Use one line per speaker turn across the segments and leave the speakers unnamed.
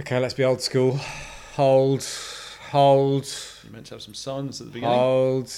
Okay, let's be old school. Hold, hold,
You meant to have some silence at the beginning.
hold.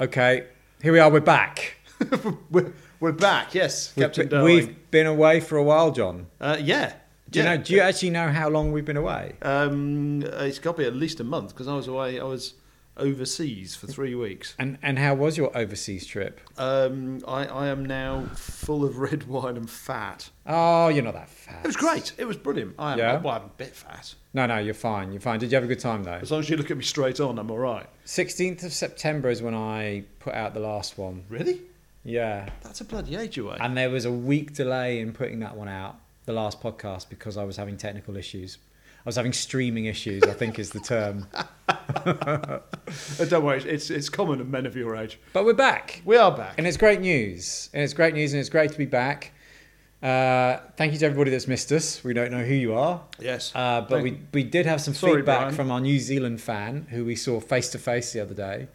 Okay, here we are. We're back.
we're, we're back, yes,
We've
Captain
been-
Darling.
we've been away for a while, John.
uh, yeah.
Do you
yeah.
know? Do you actually know how long we've been away?
Um, it's got to be at least a month because I was away. I was overseas for three weeks.
And and how was your overseas trip?
Um, I, I am now full of red wine and fat.
Oh, you're not that fat.
It was great. It was brilliant. I am,
Yeah?
well, I'm a bit fat.
No, no, you're fine. You're fine. Did you have a good time though?
As long as you look at me straight on, I'm all right.
16th of September is when I put out the last one.
Really?
Yeah.
That's a bloody age away.
And there was a week delay in putting that one out, the last podcast, because I was having technical issues. I was having streaming issues, I think is the term.
Uh, don't worry, it's, it's common of men of your age.
But we're back.
We are back.
And it's great news. And it's great news and it's great to be back. Uh, thank you to everybody that's missed us. We don't know who you are.
yes.
Uh, but
Thank-
we, we did have some
Sorry,
feedback
Brian.
from our New Zealand fan who we saw face to face the other day.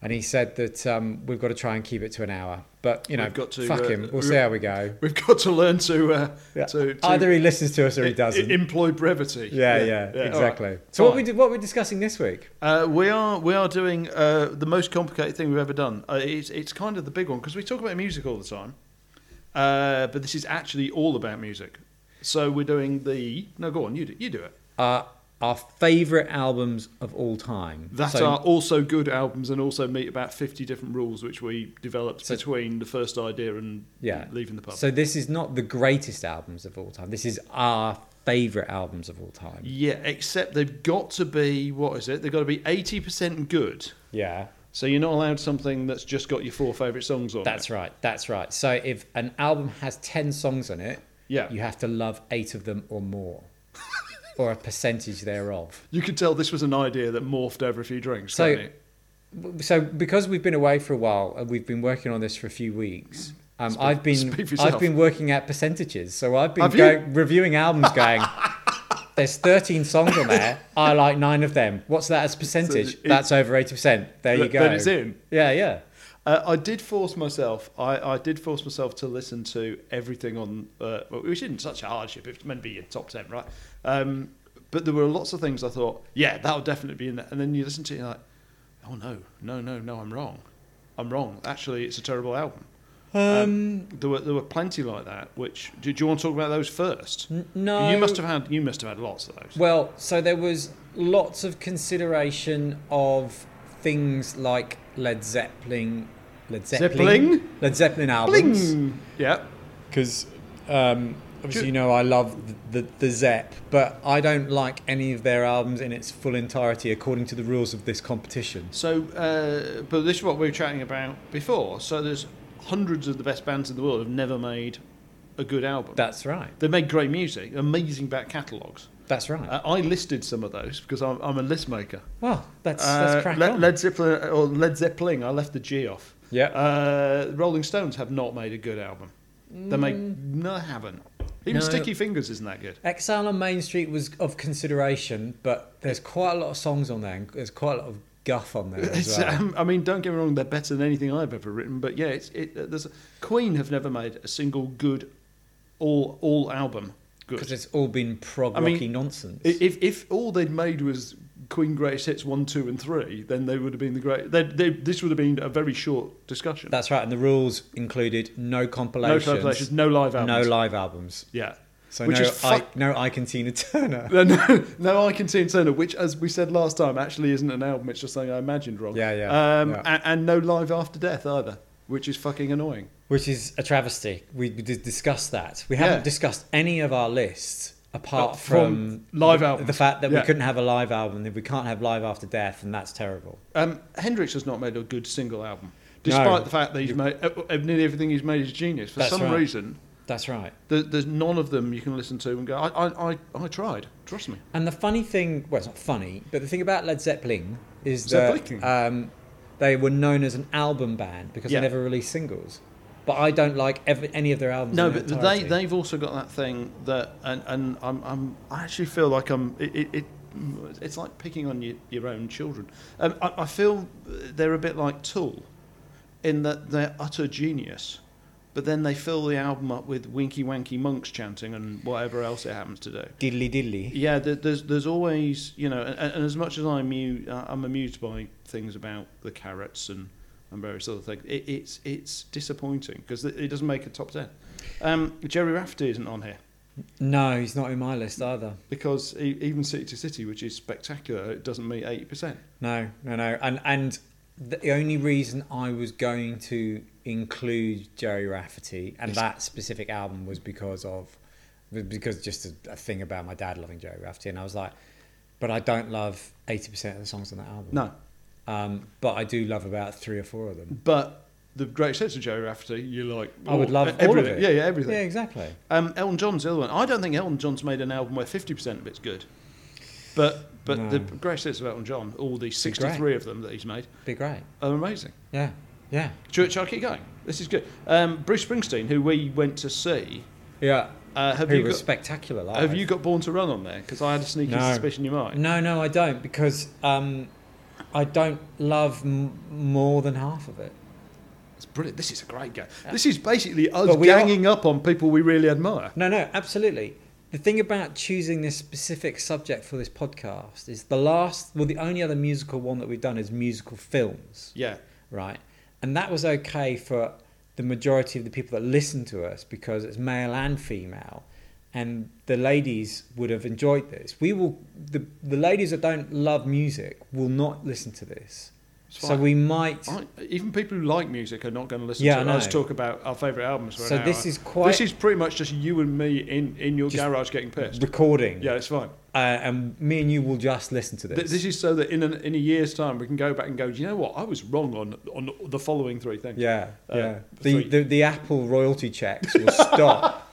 And he said that um, we've got to try and keep it to an hour. But, you know,
We've got to,
fuck
uh,
him. We'll
re-
see how we go.
We've got to learn to, uh,
Yeah.
to, to
Either he listens to us or he
i-
doesn't.
i- employ brevity.
yeah, yeah,
all right.
exactly. So what
Fine.
we did, what we're discussing this week?
Uh, we are we are doing uh, the most complicated thing we've ever done. Uh, it's it's kind of the big one because we talk about music all the time, uh, but this is actually all about music. So we're doing the no go on you do you do it.
Uh, our favorite albums of all time.
That
so,
are also good albums and also meet about fifty different rules which we developed
So-
between the first idea and
yeah.
leaving the pub.
So this is not the greatest albums of all time. This is our favorite albums of all time.
yeah, except they've got to be what is it? They've got to be eighty percent good.
Yeah.
So you're not allowed something that's just got your four favourite songs on.
That's right. That's right. So if an album has 10 songs on it,
Yeah.
you have to love 8 of them or more. or a percentage thereof.
You could tell this was an idea that morphed over a few drinks.
So-
couldn't it?
So because we've been away for a while and we've been working on this for a few weeks, um, I've
speak for
been
yourself.
I've been working at percentages. So I've been
Have you?
going, reviewing albums going There's 13 songs on there. I like 9 of them. What's that as percentage?
it-
That's over 80%. There you
Th-
go.
then it's in.
Yeah, yeah.
Uh, I did force myself. I, I did force myself to listen to everything on, uh, well, which isn't such a hardship. It's meant to be your top ten, right? Um, but there were lots of things I thought, yeah, that'll definitely be in there. And then you listen to it, and you're like, oh no, no, no, no, I'm wrong. I'm wrong. Actually, it's a terrible album. Um, there were there were plenty like that. Which do, do you want to talk about those first?
N- no.
You must have had you must have had lots of those.
Well, so there was lots of consideration of things like Led Zeppelin, Led Zeppelin,
Zeppelin?
Led Zeppelin albums.
Yeah.
Because um, obviously,
Ju-
you know, I love the, the the Zepp, but I don't like any of their albums in its full entirety according to the rules of this competition.
So, uh, but this is what we were chatting about before. So there's hundreds of the best bands in the world have never made a good album.
That's right.
they made great music, amazing back catalogues.
That's right.
Uh, I listed some of those because I'm, I'm a list maker.
well, let's
Uh,
let's crack
Le-
on.
Led Zeppelin uh, or Led Zeppelin, I left the G off.
yeah.
Uh, Rolling Stones have not made a good album. They make no, they haven't.
Mm. No.
Even Sticky Fingers isn't that good.
Exile on Main Street was of consideration, but there's quite a lot of songs on there. And there's quite a lot of guff on there as
It's,
well.
um, I mean, don't get me wrong; they're better than anything I've ever written. But yeah, it's, it, uh, there's Queen have never made a single good all all album
Because
good.
it's all been prog
I mean,
rocky nonsense.
I- If if all they'd made was Queen greatest hits one, two, and three, then they would have been the great. They, they, this would have been a very short discussion.
That's right, and the rules included no
no
compilations,
compilations, no live
no
albums.
live albums.
yeah.
So
Which
no,
is
I,
fuck-
no Ike and Tina Turner.
No, no, no, I can see in Turner, which, as we said last time, actually isn't an album. It's just something I imagined wrong.
Yeah, yeah,
Um,
yeah.
And, and no live after death either, which is fucking annoying.
Which is a travesty. We we did discuss that. We haven't
Yeah.
discussed any of our lists apart
Uh,
from,
from live
the,
albums.
The fact that we
Yeah.
couldn't have a live album, that we can't have live after death, and that's terrible.
Um, Hendrix has not made a good single album, despite the fact that he's made uh, uh, nearly everything he's made is genius. For
That's
some
right.
reason,
That's right.
there, there's none of them you can listen to and go, I, I, I, I tried. Trust me.
And the funny thing, well, it's not funny, but the thing about Led Zeppelin is
Zeppelin.
that um, they were known as an album band because
Yeah.
they never released singles. But I don't like ever, any of their albums.
No,
in their
but they,
entirety.
they've also got that thing that, and, and I'm, I'm, I actually feel like I'm, it, it, it, it's like picking on your, your own children. Um, I, I feel they're a bit like Tool in that they're utter genius, But then they fill the album up with winky wanky monks chanting and whatever else it happens to do.
Diddly diddly.
Yeah, there, there's there's always you know, and, and as much as I'm amu- uh, I'm amused by things about the carrots and, and various other things, it, it's it's disappointing because it, it doesn't make a top ten. Um, Jerry Rafferty isn't on here
No, he's not in my list either.
because e- even City to City, which is spectacular, it doesn't meet eighty percent.
No, no, no. And and the only reason I was going to include Jerry Rafferty and
Yes.
that specific album was because of was because just a, a thing about my dad loving Jerry Rafferty, and I was like, but I don't love eighty percent of the songs on that album.
No,
um, but I do love about three or four of them.
but the great sense of Jerry Rafferty, you like.
I would
oh,
love
everything.
all of it.
Yeah, yeah, everything.
Yeah, exactly.
Um, Elton John's the other one. I don't think Elton John's made an album where fifty percent of it's good, but but
No.
the great hits of Elton John, all the
great.
sixty-three of them that he's made,
Be great.
are amazing.
Yeah, yeah,
Should, shall I keep going? This is good. Um, Bruce Springsteen, who we went to see,
yeah.
uh, have
Who
you
was
got,
spectacular? Live.
have you got Born to Run on there? Because I had a sneaky
No.
suspicion you might.
No, no, I don't because um, I don't love m- more than half of it.
It's brilliant. This is a great game. This is basically us
But we are-
ganging up on people we really admire.
No, no, absolutely. The thing about choosing this specific subject for this podcast is the last, well, the only other musical one that we've done is musical films,
Yeah,
right? And that was okay for the majority of the people that listen to us because it's male and female, and the ladies would have enjoyed this. We will, the, the ladies that don't love music will not listen to this.
it's
So
fine.
we might.
I, even people who like music are not going to listen
Yeah,
to
I
us
know.
talk about our favourite albums for
So
an hour.
this is quite
This is pretty much just you and me in, in your
Just-
garage getting pissed.
recording,
Yeah, it's fine.
uh, and me and you will just listen to
Th-
this.
This is so that in, an, in a year's time we can go back and go, Do you know what? I was wrong on, on the following three things.
Yeah,
Uh,
yeah. The,
three.
the the Apple royalty checks will stop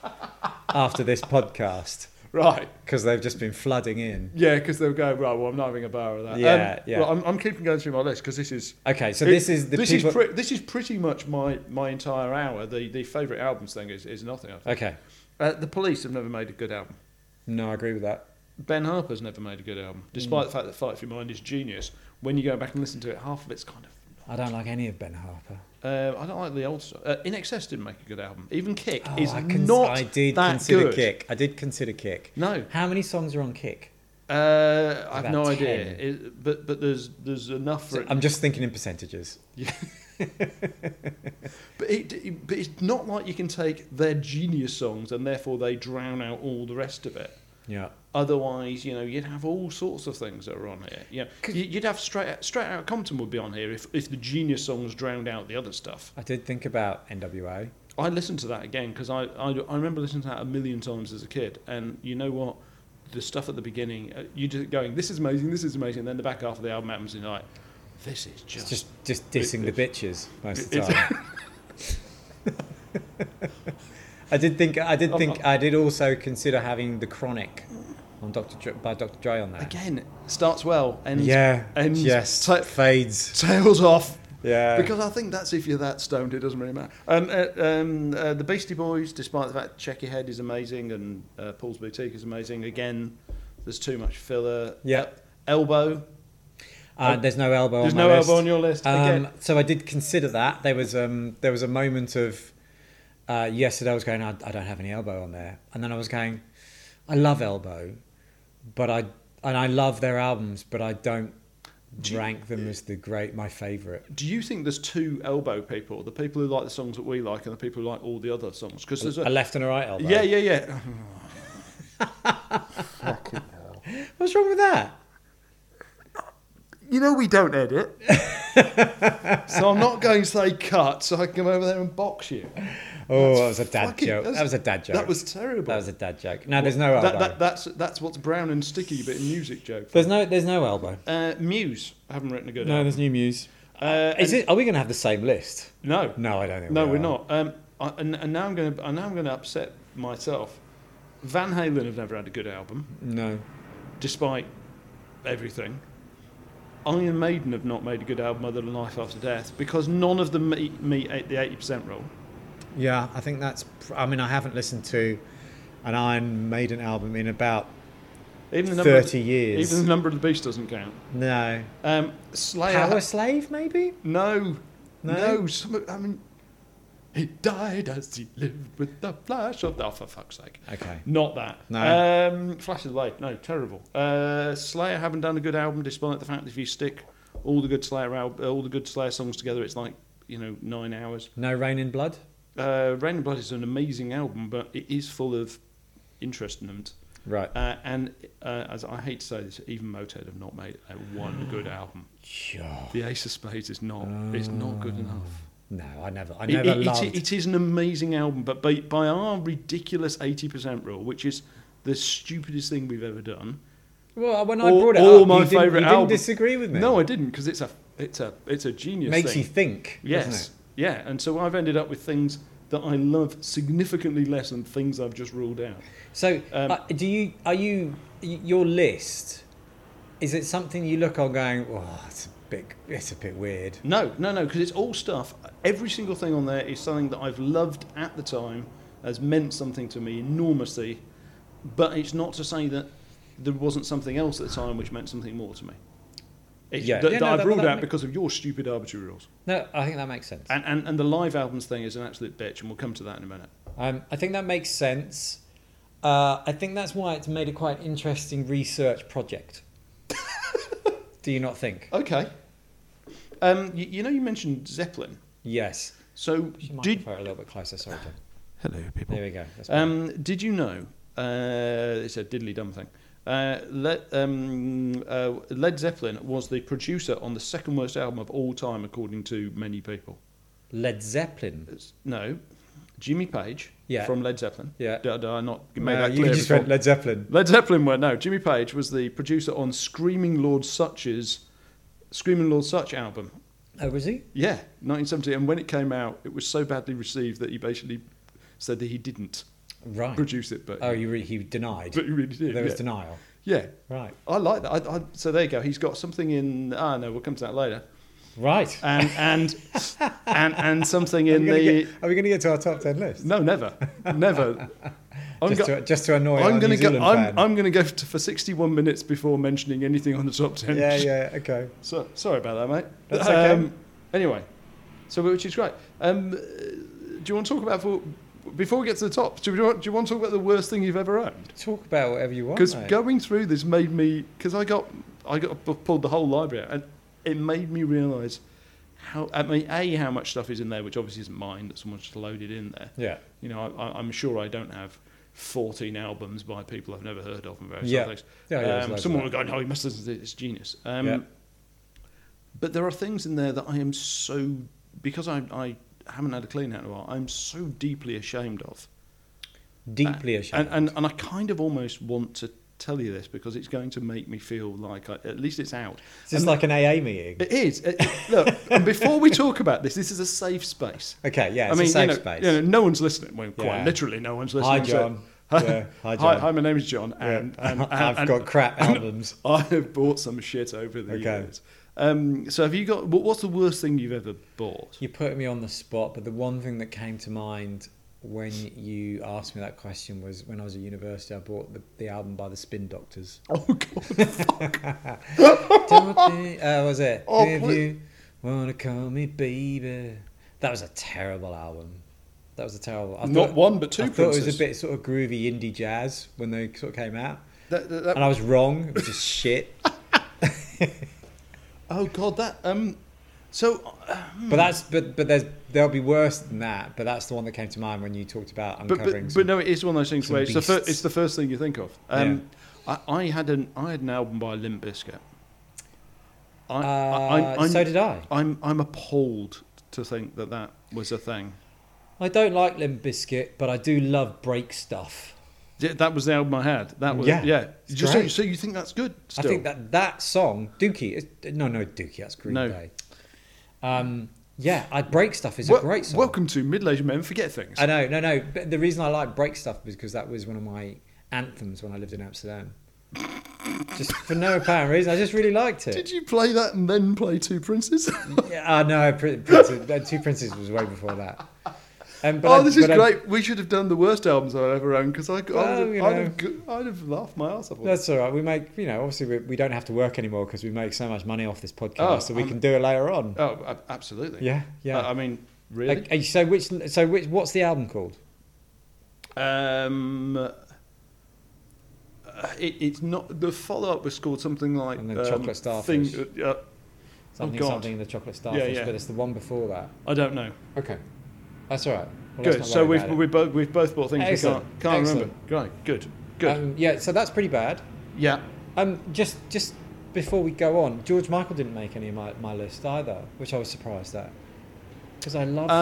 after this podcast
Right.
because they've just been flooding in.
Yeah, because they'll go, Right, well, I'm not having a bar of that.
Yeah,
Um,
yeah.
well, I'm, I'm keeping going through my list because this is.
Okay, so
it-
this is the
this
people.
is pre- this is pretty much my, my entire hour. The the favorite albums thing is, is nothing. I think.
okay,
Uh, the Police have never made a good album.
no, I agree with that.
Ben Harper's never made a good album, despite the fact that Fight for Your Mind is genius. When you go back and listen to it, half of it's kind of.
I don't like any of Ben Harper.
Uh, I don't like the old stuff. Uh, In Excess didn't make a good album. Even Kick
Oh,
is
I, cons-
not
I did
that
consider
good.
Kick. I did consider Kick.
No,
How many songs are on Kick?
uh, I've no
About
idea.
10.
It- but but there's there's enough for
So
it.
I'm just thinking in percentages.
But it but it's not like you can take their genius songs and therefore they drown out all the rest of it.
Yeah.
Otherwise, you know, you'd have all sorts of things that are on here. You know,
'Cause-
you- you'd have straight straight out Compton would be on here if, if the genius songs drowned out the other stuff.
I did think about NWA.
I listened to that again because I, I I remember listening to that a million times as a kid, and you know what, the stuff at the beginning, uh, you just going, this is amazing, this is amazing, and then the back half of the album happens, and you're like, this is
It's
just,
just just dissing the bitches most of the
It's-
time. I did think I did
I'm
think I did also consider having the chronic on Dr. Dre, by Dr. Dre on that.
again starts well and
Yeah.
and
yes.
ta-
fades.
tails off.
Yeah.
Because I think that's if you're that stoned, it doesn't really matter. Um, uh, um, uh, the Beastie Boys, despite the fact Check Your Head is amazing and uh, Paul's Boutique is amazing, again, there's too much filler.
yeah.
Elbow,
Uh, there's no elbow
there's
on my
no
list.
elbow on your list. again,
Um, so I did consider that there was um, there was a moment of uh, yesterday I was going I, I don't have any elbow on there, and then I was going I love elbow, but I and I love their albums, but I don't
Do you-
rank them as the great my favorite.
Do you think there's two elbow people? The people who like the songs that we like and the people who like all the other songs? Because there's
A
a.
left and a right elbow.
Yeah, yeah, yeah.
What's wrong with that?
You know we don't edit. so I'm not going to say cut so I can come over there and box you.
Oh, that was a dad
Fucking-
joke.
that's-
That was a dad joke.
That was terrible.
That was a dad joke. No, there's no elbow.
That, that, that's, that's what's brown and sticky, but in music joke.
there's no there's no elbow.
Uh, Muse, I haven't written a good
No,
album.
there's new muse.
Uh,
Is it? Are we going to have the same list?
No,
No, I don't think.
no,
we
we're
are.
not. Um, I, and, and now I'm going to, now I'm going to upset myself. Van Halen have never had a good album.
No.
despite everything. Iron Maiden have not made a good album other than Life After Death because none of them meet, meet eight- the eighty percent rule.
Yeah, I think that's. pr- I mean, I haven't listened to an Iron Maiden album in about
Even the number,
thirty years.
even the number of the beast doesn't count.
no.
Um, Slayer,
Power Slave, maybe.
no,
No?
no. Some, of- I mean, He died as he lived with the flash of. Oh, for fuck's sake.
Okay.
Not that.
No.
Um, Flash of the Light. No, terrible. Uh, Slayer haven't done a good album, despite the fact that if you stick all the good Slayer al- all the good Slayer songs together, it's like you know nine hours.
No Rain in Blood?
Uh, Rain and Blood is an amazing album, but it is full of interestment.
Right.
Uh, and uh, as I hate to say this, even Motorhead have not made uh, one good album.
Sure.
The Ace of Spades is not. It's not
Ah.
good enough.
No, I never, I
It-
never
it- it-
loved.
it is an amazing album, but by, by our ridiculous 80% rule, which is the stupidest thing we've ever done.
well, when I
all-
brought it
all
up,
my
you, didn't, you
favourite
didn't
album-
disagree with me.
No, I didn't, because it's a, it's, a, it's a genius
makes
thing.
you think. doesn't
yes. Yeah, and so I've ended up with things that I love significantly less than things I've just ruled out.
it? So,
Um,
uh, do you? Are you? y- Your list? Is it something you look on going? Oh, it's a bit. It's a bit weird.
No, no, no, because it's all stuff. Every single thing on there is something that I've loved at the time, has meant something to me enormously, but it's not to say that there wasn't something else at the time which meant something more to me. It's
Yeah.
that,
Yeah,
that
no,
I've
that-
ruled
that
out
ma-
because of your stupid arbitrary rules.
No, I think that makes sense.
And, and and the live albums thing is an absolute bitch, and we'll come to that in a minute.
Um, I think that makes sense. Uh, I think that's why it's made it quite an interesting research project. do you not think?
Okay. Um, you, you know, you mentioned Zeppelin.
Yes.
So
She might
did
prefer it a little bit closer. Sorry, Tim.
hello people.
There we go. That's better.
Um, did you know? Uh, it's a diddly dumb thing. Uh, Le- um, uh, Led Zeppelin was the producer on the second worst album of all time, according to many people.
Led Zeppelin.
It's- no, Jimmy Page
Yeah.
from Led Zeppelin.
Yeah.
Did, did I not make
No,
that
you
clear?
just
before?
went Led Zeppelin.
Led Zeppelin were no. Jimmy Page was the producer on Screaming Lord Such's Screaming Lord Such album.
Oh, was he?
Yeah, 1970. And when it came out, it was so badly received that he basically said that he didn't
Right.
produce it, but
Oh, you re- he denied.
but he really did.
there was
yeah.
denial.
Yeah,
Right.
I like that. I, I, so there you go. He's got something in. Ah, no, we'll come to that later.
Right.
And and and and something
Are
in
we gonna
the.
get- are we going to get to our top ten list?
No, never, never. I'm
just,
go-
to, just to annoy
I'm
our
gonna
New Zealand
go. I'm,
fan.
I'm gonna go to, for 61 minutes before mentioning anything on the top 10.
yeah, yeah, okay.
So, sorry about that, mate. Um,
That's okay.
anyway, so which is great. Um, uh, do you want to talk about for, before we get to the top? Do you, want, do you want to talk about the worst thing you've ever owned?
Talk about whatever you want.
because
mate.
going through this made me because I got I got p- pulled the whole library out and it made me realise how I mean a how much stuff is in there which obviously isn't mine that someone's just loaded in there.
yeah,
You know I, I, I'm sure I don't have. 14 albums by people I've never heard of and various
Yeah.
other things.
yeah, yeah,
um,
there's
someone will
loads
go, no, you must listen to this, it's genius. Um,
Yeah.
But there are things in there that I am so, because I, I haven't had a clean out in a while, I'm so deeply ashamed of.
of that. deeply ashamed.
Uh, And, and and I kind of almost want to tell you this because it's going to make me feel like I, at least it's out.
it's just like an AA meeting.
It is. It- it- look, and before we talk about this, this is a safe space.
okay, yeah, it's
I mean,
a safe
you know,
space.
you know, no one's listening. Well, quite
Yeah.
literally, no one's listening.
hi,
So-
John. yeah, hi,
Hi,
John.
hi, my name is John,
Yeah.
and, and, and
I've
and
got crap albums.
I have bought some shit over the
Okay.
years. Um, so, have you got? What, what's the worst thing you've ever bought?
You put me on the spot, but the one thing that came to mind when you asked me that question was when I was at university, I bought the, the album by the Spin Doctors.
Oh God!
Don't be- uh, was it?
Oh,
if
please.
you wanna call me baby, that was a terrible album. That was a terrible. I
Not one, but two
I thought it was
princes.
a bit sort of groovy indie jazz when they sort of came out,
That- that- that-
and I was wrong. It was just shit.
oh God! That um. So
But that's but but there's there'll be worse than that. But that's the one that came to mind when you talked about
but,
uncovering.
but,
some-
but no, it is one of those things
some
where it's the, fir-
beasts.
it's the first thing you think of. Um, I, I had an I had an album by Limp Bizkit. I,
uh,
I, I'm, I'm,
so did I.
I'm I'm appalled to think that that was a thing.
I don't like Limp Bizkit, but I do love break stuff.
Yeah, that was the album I had. That was
Yeah,
yeah.
it's
Just so,
great.
so you think that's good? Still?
I think that that song, Dookie, is, no, no, Dookie, that's Green
No.
Day. Um, yeah, I break stuff is
Wel-
a great song.
Welcome to middle aged men forget things.
I know, no, no. But the reason I like break stuff is because that was one of my anthems when I lived in Amsterdam. just for no apparent reason, I just really liked it.
Did you play that and then play Two Princes?
Yeah, uh, no, Prin- Prince, uh, Two Princes was way before that. Um, but
oh,
I-
this is
but I-
great. we should have done the worst albums I've ever owned because I, I
Well,
would
you
have, I'd,
know.
have, g- I'd have laughed my ass off.
That's all right. We make, you know, obviously we, we don't have to work anymore because we make so much money off this podcast,
Oh,
so we
I'm-
can do it later on.
Oh, ab- absolutely.
yeah, yeah.
I I mean, Really? Oh,
Okay, so which? So which? What's the album called?
Um, uh, it, it's not the follow up was called something like
And then
um,
Chocolate Starfish.
Thing, uh,
Something,
God.
something in the chocolate starfish,
yeah.
but it's the one before that.
I don't know.
Okay, that's all right. Well, let's
good.
not
So
worry
we've
about it.
we both we've both bought things
Excellent.
we can't can't
Excellent.
remember. Right. Good. Good.
Um, yeah, so that's pretty bad.
yeah.
Um, just just before we go on, George Michael didn't make any of my, my list either, which I was surprised at because I love.
Uh,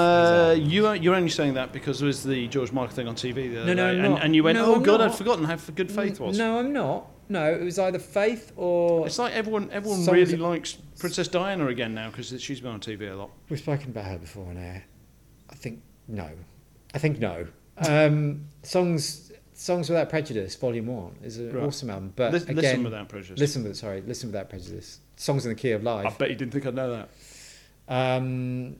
his albums.
you are, you're only saying that because there was the George Michael thing on TV the other
No, no,
day,
I'm
and,
not.
and you went,
No,
"Oh
I'm
God,
not.
I'd forgotten how good Faith was."
No, I'm not. No, it was either Faith or
It's like everyone everyone
Songs-
really likes Princess Diana again now because she's been on TV a lot.
we've spoken about her before on air. I think no, I think no. Um, songs songs without prejudice, volume one, is an
Right.
awesome album. But
Lis-
again,
listen without prejudice.
listen with sorry, listen without prejudice. Songs in the key of life.
I bet you didn't think I'd know that.
Um,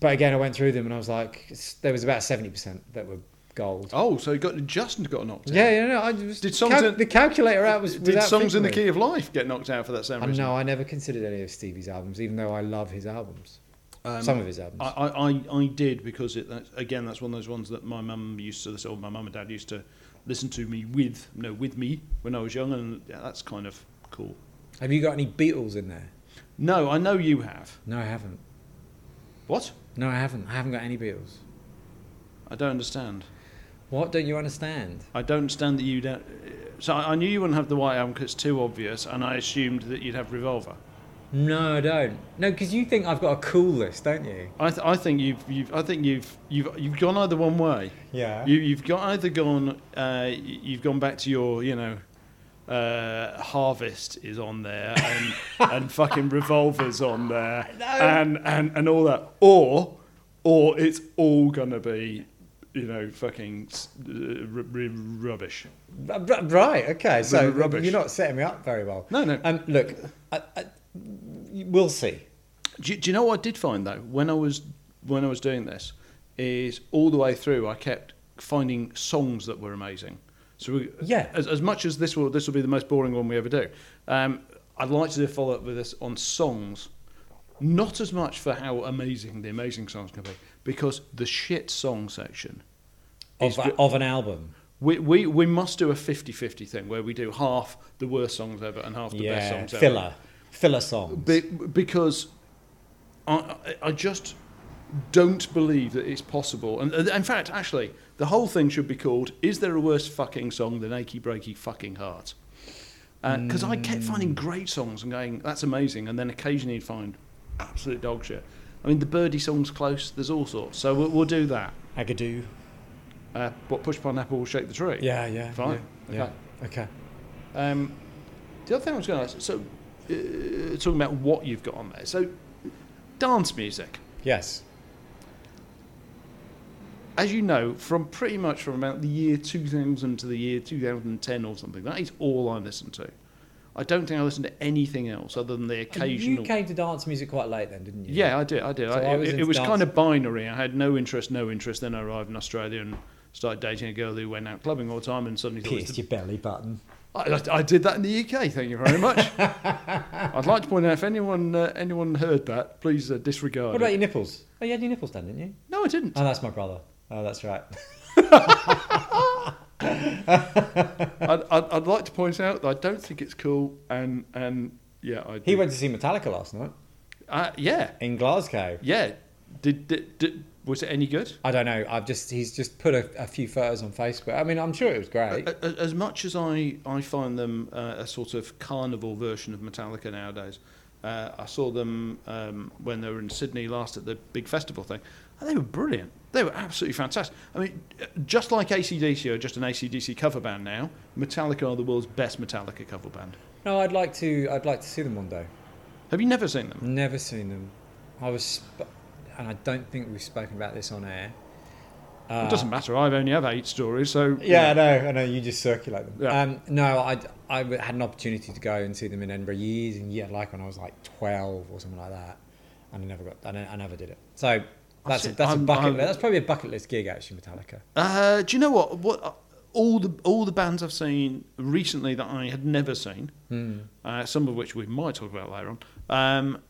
but again, I went through them and I was like, s- there was about seventy percent that were gold.
Oh, so you got Justin got knocked out.
yeah, yeah, no. I just,
Did songs
cal-
in-
the calculator out was
Did
without
songs in the
thinking
key of life get knocked out for that same
of it.
reason?
No, I never considered any of Stevie's albums, even though I love his albums.
Um,
Some of his albums.
I, I, I, I did because it that's, again that's one of those ones that my mum used to or my mum and dad used to listen to me with no with me when I was young and yeah, that's kind of cool.
Have you got any Beatles in there?
No, I know you have.
No, I haven't.
What?
No, I haven't. I haven't got any Beatles.
I don't understand.
What don't you understand?
I don't understand that you don't. So I, I knew you wouldn't have the white album because it's too obvious, and I assumed that you'd have Revolver.
No, I don't. No, because you think I've got a cool list, don't you?
I, th- I think you've, you've I think you've you've you've gone either one way.
Yeah.
You, you've got either gone, uh, y- you've gone back to your, you know, uh, harvest is on there, and, and fucking revolvers on there,
No.
and, and and all that, or or it's all gonna be, you know, fucking s- uh, r- r- rubbish.
R- r- Right. Okay. So
rubbish.
you're not setting me up very well.
No, no.
Um, look, I, I, we'll see.
Do you, do you know what I did find though when I was when I was doing this is all the way through I kept finding songs that were amazing. So we,
Yeah.
as, as much as this will this will be the most boring one we ever do. Um, I'd like to do a follow up with this on songs, not as much for how amazing the amazing songs can be, because the shit song section.
Of,
It's-
of an album.
We, we, we must do a 50-50 thing where we do half the worst songs ever and half the best
yeah,
songs ever.
filler, filler songs.
Be, because I, I- I just don't believe that it's possible. And and in fact, actually, the whole thing should be called "Is there a worse fucking song than Achy Breaky Fucking Heart?" Because I kept finding great songs and going, "That's amazing," and then occasionally you'd find absolute dog shit. I mean, the Birdie song's close. There's all sorts. So we'll, we'll do that.
Agadoo.
Uh, what push pineapple will shake the tree?
Yeah, yeah.
Fine.
Yeah.
Okay.
yeah. Okay.
Um, the other thing I was going to ask, so uh, talking about what you've got on there, so dance music,
Yes.
as you know, from pretty much from about the year 2000 to the year 2010 or something, that is all I listen to. I don't think I listen to anything else other
Oh,
than the
You
occasional.
came to dance music quite late then, didn't you?
yeah, I did. I did.
So
I,
I was
it, it
into
was
dance.
kind of binary. I had no interest, no interest. Then I arrived in Australia and started dating a girl who went out clubbing all the time and suddenly thought it was the
Pierced your belly button.
I, I- I did that in the UK. Thank you very much. I'd like to point out if anyone uh, anyone heard that, please uh, disregard.
What about
it.
your nipples? Oh, you had your nipples done, didn't you?
No, I didn't.
Oh, that's my brother. Oh, that's right.
I'd, I'd, I'd like to point out that I don't think it's cool. And and yeah, I.
He
do.
went to see Metallica last night
Uh, yeah,
in Glasgow.
yeah. Did, did did was it any good?
I don't know. I've just he's just put a, a few photos on Facebook. I mean, I'm sure it was great.
A- a- As much as I, I find them uh, a sort of carnival version of Metallica nowadays, uh, I saw them um, when they were in Sydney last at the big festival thing, and they were brilliant. They were absolutely fantastic. I mean, uh, just like ACDC are just an ACDC cover band now, Metallica are the world's best Metallica cover band.
No, I'd like to. I'd like to see them one day.
Have you never seen them?
Never seen them. I was, sp- and I don't think we've spoken about this on air. Uh,
it doesn't matter. I only have eight stories, so
Yeah, I know. I know. You just circulate them.
Yeah.
Um, no, I, I w- had an opportunity to go and see them in Edinburgh years and yeah, like when I was like twelve or something like that, and I never got. I, ne- I never did it. So that's a,
see.
that's a
I'm-
bucket.
I'm-
list. That's probably a bucket list gig actually, Metallica.
Uh, do you know what? What all the all the bands I've seen recently that I had never seen, uh, some of which we might talk about later on, um,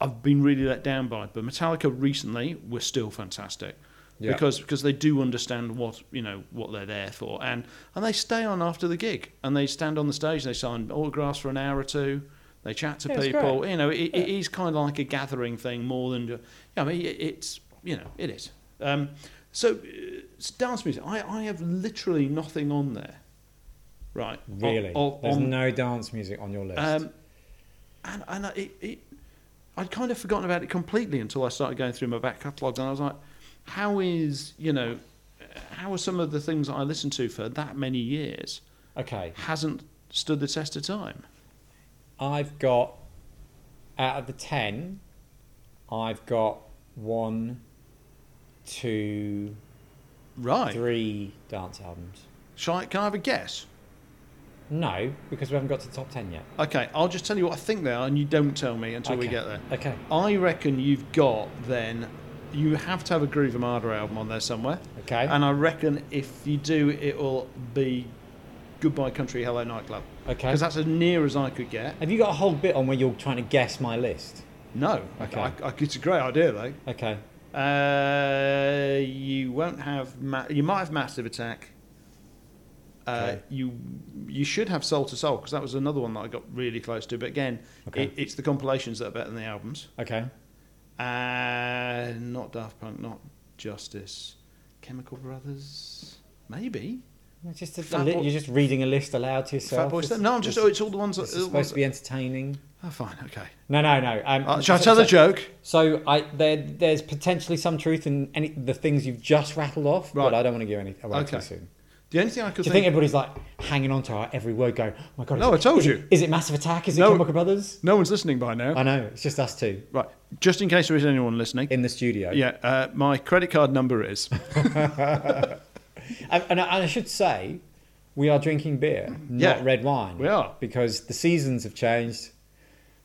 I've been really let down by. But Metallica recently were still fantastic.
Yeah.
Because because they do understand what you know what they're there for, and and they stay on after the gig, and they stand on the stage, and they sign autographs for an hour or two, they chat to
Yeah, it's
people.
great.
You know, it, it
Yeah.
is kind of like a gathering thing more than. ju- Yeah, I mean, it, it's you know, it is. Um, so, uh, s- dance music. I, I have literally nothing on there, right? on-
Really?
on-
There's
Oh, on-
no dance music on your list.
um, and and I- it, it, I'd kind of forgotten about it completely until I started going through my back catalogue, and I was like, how is you know, how are some of the things that I listened to for that many years
okay.
hasn't stood the test of time?
I've got out of the ten, I've got one, two,
Right.
three dance albums.
Shall I, can I have a guess?
No, because we haven't got to the top ten yet.
Okay, I'll just tell you what I think they are, and you don't tell me until we
Okay.
get there.
Okay.
I reckon you've got then. You have to have a Groove Armada album on there somewhere,
Okay.
and I reckon if you do, it will be Goodbye Country, Hello Nightclub,
okay.
because that's as near as I could get.
Have you got a whole bit on where you're trying to guess my list?
No,
Okay.
okay, I, I, it's a great idea though.
Okay.
Uh, you won't have. Ma- you might have Massive Attack. Uh,
Okay.
You you should have Soul to Soul because that was another one that I got really close to. But again,
Okay.
it, it's the compilations that are better than the albums.
Okay.
Uh, not Daft Punk, not Justice, Chemical Brothers, maybe.
Well, Just a,
Fat
li-
Boy-
you're just reading a list aloud to yourself.
Fatboy
This-
Slim. No, I'm just.
this-
Oh, it's all the ones.
this
That,
is
all the
supposed
ones
to be entertaining.
oh, fine. Okay.
No, no, no. Um,
Uh, shall I
so-
tell the
so-
joke?
So I there there's potentially some truth in any the things you've just rattled off, but
Right.
I don't want to give any away too
Okay.
soon.
The only thing I could
Do you
think.
think everybody's like hanging on to our every word, going, "Oh my god"? is
No,
it-
I told
is it-
you.
Is it Massive Attack? Is it
No.
Chemical Brothers?
no one's listening by now.
I know. It's just us two
right. Just in case there is anyone listening.
in the studio.
yeah. Uh, my credit card number is. uh,
And, and, I, and I should say, we are drinking beer,
Yeah.
not red wine.
We are.
because the seasons have changed.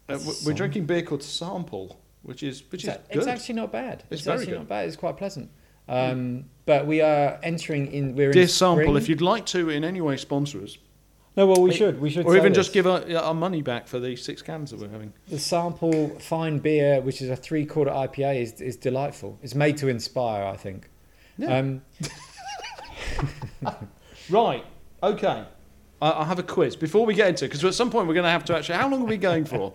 Uh,
That's
we're
some-
drinking beer called Sample, which is
It's,
which is
a-
good.
it's actually not bad.
It's
It's,
very
actually
good.
not bad. It's quite pleasant. Um, but we are entering in. We're
Dear
in
Sample,
spring.
if you'd like to in any way sponsor us,
no, well, we
Hey,
should. We should.
or
say
even
this.
just give our, our money back for the six cans that we're having.
The sample fine beer, which is a three quarter IPA, is, is delightful. It's made to inspire, I think.
Yeah.
Um,
Right. Okay. I, I have a quiz before we get into because at some point we're going to have to actually. How long are we going for?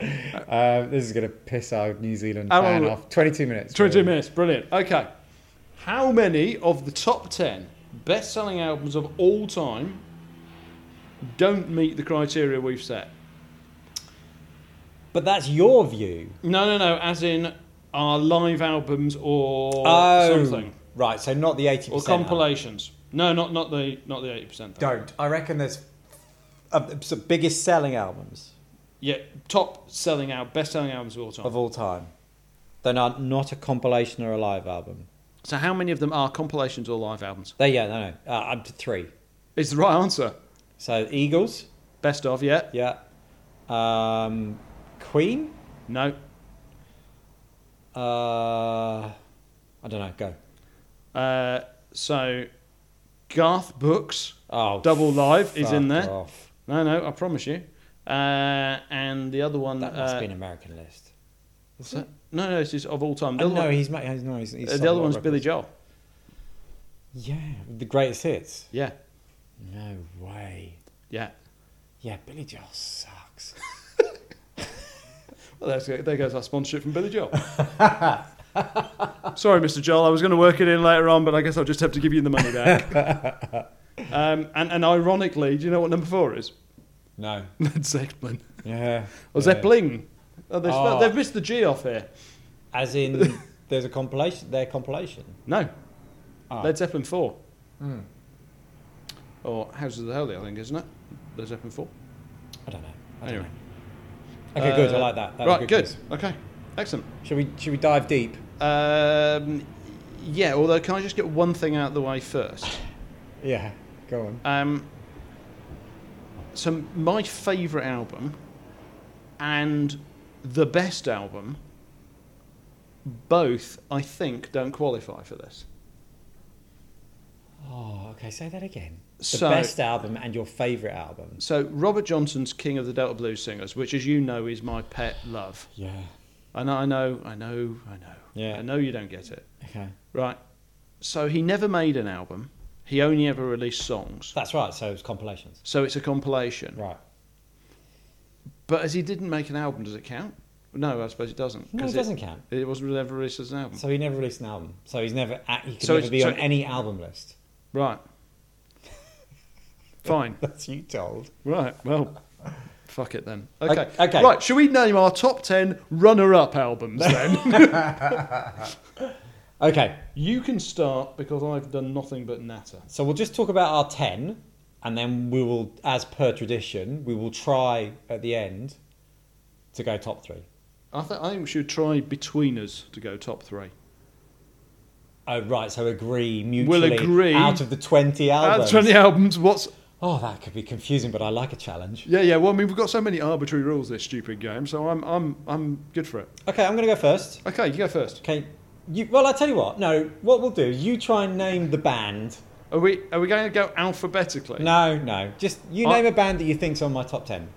uh, this is going to piss our New Zealand
How
fan
long-
off. 22 minutes.
Twenty-two
really.
minutes. Brilliant. Okay. How many of the top ten best-selling albums of all time don't meet the criteria we've set?
But that's your view.
No, no, no. As in our live albums or
Oh.
something
Right, so not the 80%.
or compilations. No, not not the not the eighty percent.
Don't. I reckon there's uh, so biggest selling albums
Yeah, top selling out, best selling albums of all time.
of all time. They're not, not a compilation or a live album.
So how many of them are compilations or live albums?
There, yeah, no, no. Uh, up to three.
It's the right answer.
So Eagles,
Best of, yeah.
yeah. Um, Queen,
No.
Uh, I don't know. Go.
Uh, so Garth Brooks
Oh,
Double Live is
fuck
in there.
off.
No, no, I promise you. Uh, and the other one.
That must
uh,
be an American list.
what's that? No, no, this is of all time. The
Oh,
other,
no,
one-
he's, ma- he's no, he's, he's
uh,
sold
the
a
other
lot
one's
of
Billy
records.
Joel.
Yeah, the greatest hits.
Yeah,
No way.
yeah.
Yeah, Billy Joel sucks.
Well, that's, there goes our sponsorship from Billy Joel. Sorry, Mr. Joel, I was going to work it in later on, but I guess I'll just have to give you the money back. um, and, and ironically, do you know what number four is?
No.
Led Zeppelin.
Yeah.
Or
yeah.
Zeppelin. Oh, they spelled-
Oh.
They've missed the G off here.
As in, there's a compilation. Their compilation.
No,
Ah.
Led Zeppelin 4.
Hmm.
Or Houses of the Holy, I think, isn't it? Led Zeppelin 4.
I don't know. I don't
Anyway.
know. Okay, good. I
Uh,
like that. that was
right,
a good.
good.
quiz.
Okay, excellent.
Should we? Should we dive deep?
Um, yeah, although, can I just get one thing out of the way first?
Yeah. Go on.
Um, so my favourite album and the best album, both I think don't qualify for this.
Oh, okay. Say that again. The
So-
best album and your favourite album.
So Robert Johnson's King of the Delta Blues Singers, which as you know is my pet love.
Yeah.
And I know, I know, I know.
Yeah.
I know you don't get it.
Okay.
Right. So he never made an album. He only ever released songs.
That's right. So it was compilations.
So it's a compilation.
Right.
But as he didn't make an album, does it count? No, I suppose it doesn't.
No,
'cause
it doesn't count.
It, wasn't ever released as an album.
So he never released an album. So he's never a- he could
So
never
it's-
be
so
on
it-
any album list.
Right. Fine.
That's you told.
Right. Well, fuck it then. Okay.
O- okay.
Right. Should we name our top ten runner-up albums then?
Okay.
you can start because I've done nothing but natter.
So we'll just talk about our ten, and then we will, as per tradition, we will try at the end to go top three.
I, th- I think we should try between us to go top three.
Oh right, so agree mutually
agree.
out of the twenty
Out
albums.
of twenty albums, what's
Oh, that could be confusing, but I like a challenge.
yeah, yeah. Well, I mean, we've got so many arbitrary rules this stupid game, so I'm, I'm, I'm good for it.
Okay, I'm going to go first.
Okay, you go first.
Okay, you, well I tell you what. No, what we'll do? You try and name the band.
Are we, are we going to go alphabetically?
No, no, just you
I-
name a band that you think's on my top ten.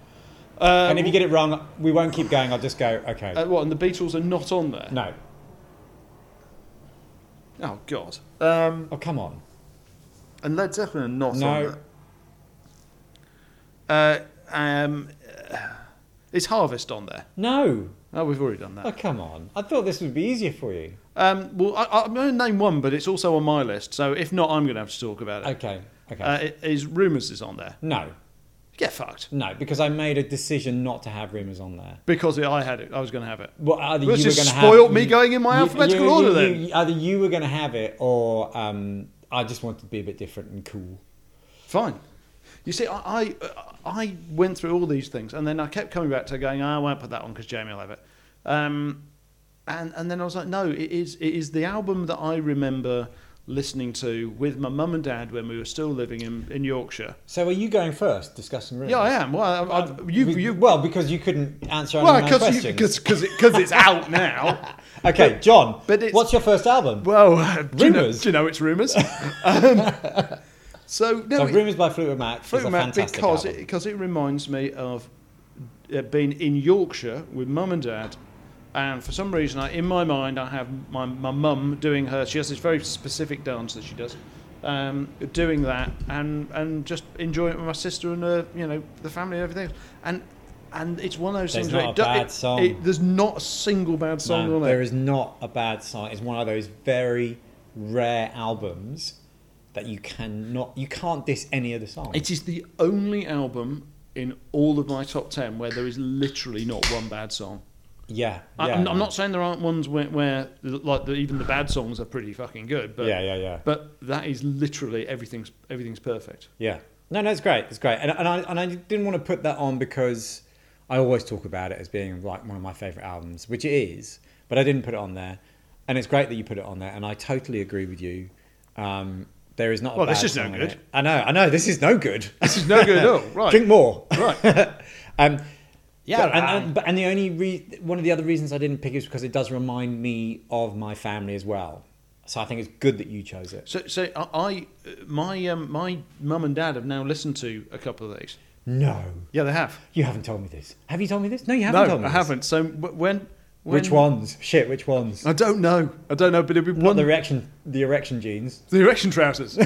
Uh,
And if you get it wrong, we won't keep going. I'll just go. Okay,
uh, what? And the Beatles are not on there.
no.
Oh God. Um,
Oh come on.
and Led Zeppelin are not
No.
there. Uh, um, is Harvest on there?
No.
Oh, we've already done that.
Oh come on. I thought this would be easier for you.
Um, well, I, I'm going to name one, but it's also on my list. So if not, I'm going to have to talk about it.
Okay. Okay.
Uh, it is Rumours is on there?
no.
Get fucked.
No, because I made a decision not to have rumors on there.
Because I had it, I was going to have it.
Well, either
Well, it's
you were
just
going to
spoiled
have,
me going in my alphabetical order then.
you- either you were going to have it, or um, I just wanted to be a bit different and cool.
Fine. You see, I, I I went through all these things, and then I kept coming back to going, "Ah, I won't put that on because Jamie will have it. Um, and and then I was like, no, it is it is the album that I remember listening to with my mum and dad when we were still living in, in Yorkshire.
So, are you going first, discussing rumors?
Yeah, I am. Well, I, I, you
We-
you
well, because you couldn't answer any
well
of my
because
questions.
because because it's out now.
okay, John.
but it's-
what's your first album?
Well, uh, do you know,
Rumours.
do you know it's rumours? um, so no,
so,
it-
rumors by Fleetwood Mac is a
Fleetwood Mac
fantastic
because
album.
it, because it reminds me of uh, being in Yorkshire with mum and dad, and for some reason, I, in my mind, I have my my mum doing her. She has this very specific dance that she does, um, doing that, and and just enjoying it with my sister and her, you know, the family and everything, and. And it's one of those
There's
things.
not
where
a
it do-
bad
it-
song.
it- there's not a single bad song
No,
on
there
it.
is not a bad song. It's one of those very rare albums that you cannot you can't diss any of the songs.
It is the only album in all of my top ten where there is literally not one bad song.
yeah, yeah.
I I'm, I'm not saying there aren't ones where, where like the, even the bad songs are pretty fucking good, but
yeah, yeah, yeah,
but that is literally everything's everything's perfect.
yeah. No, no, it's great. It's great, and, and I and I didn't want to put that on because I always talk about it as being like one of my favorite albums, which it is. But I didn't put it on there, and it's great that you put it on there. And I totally agree with you. Um, there is not. A
Well,
bad
this is no
song in
good.
it. I know. I know. This is no good.
This is no good at all, right?
Drink more.
Right.
um,
Yeah,
but- and,
um,
and, but, and the only re- one of the other reasons I didn't pick it is because it does remind me of my family as well. So I think it's good that you chose it.
So so I I- my um, my mum and dad have now listened to a couple of these.
No,
Yeah, they have.
you haven't told me this. Have you told me this? No, you haven't
no,
told me.
I
this.
haven't. So w- when, when
Which ones? Shit, which ones?
I don't know. I don't know, but it'll be
Not
one
the erection, the erection genes.
The erection trousers.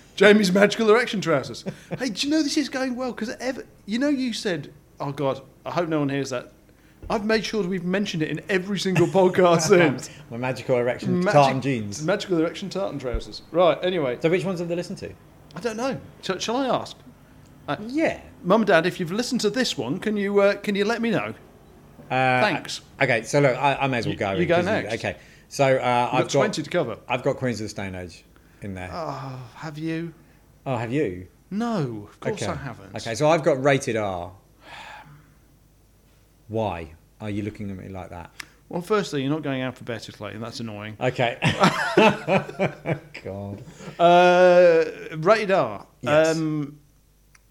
Jamie's magical erection trousers. Hey, do you know this is going well? Because ever, you know, you said, "Oh God, I hope no one hears that." I've made sure that we've mentioned it in every single podcast since.
My magical erection
Magic-
tartan jeans.
Magical erection tartan trousers. Right. Anyway,
So which ones have they listened to?
I don't know. Shall, shall I ask,
Yeah.
Mum and Dad, if you've listened to this one, can you uh, can you let me know?
Uh,
Thanks.
Okay, so look, I, I may as well
You-
go.
you go
because
next.
okay, so uh,
I've
I've
got
got
twenty to cover.
I've got Queens of the Stone Age in there.
Oh, have you?
oh, have you?
No, of course I haven't.
Okay, so I've got rated R. Why are you looking at me like that?
Well, firstly, you're not going alphabetically, and that's annoying.
Okay. God.
Uh, rated R.
Yes.
Um,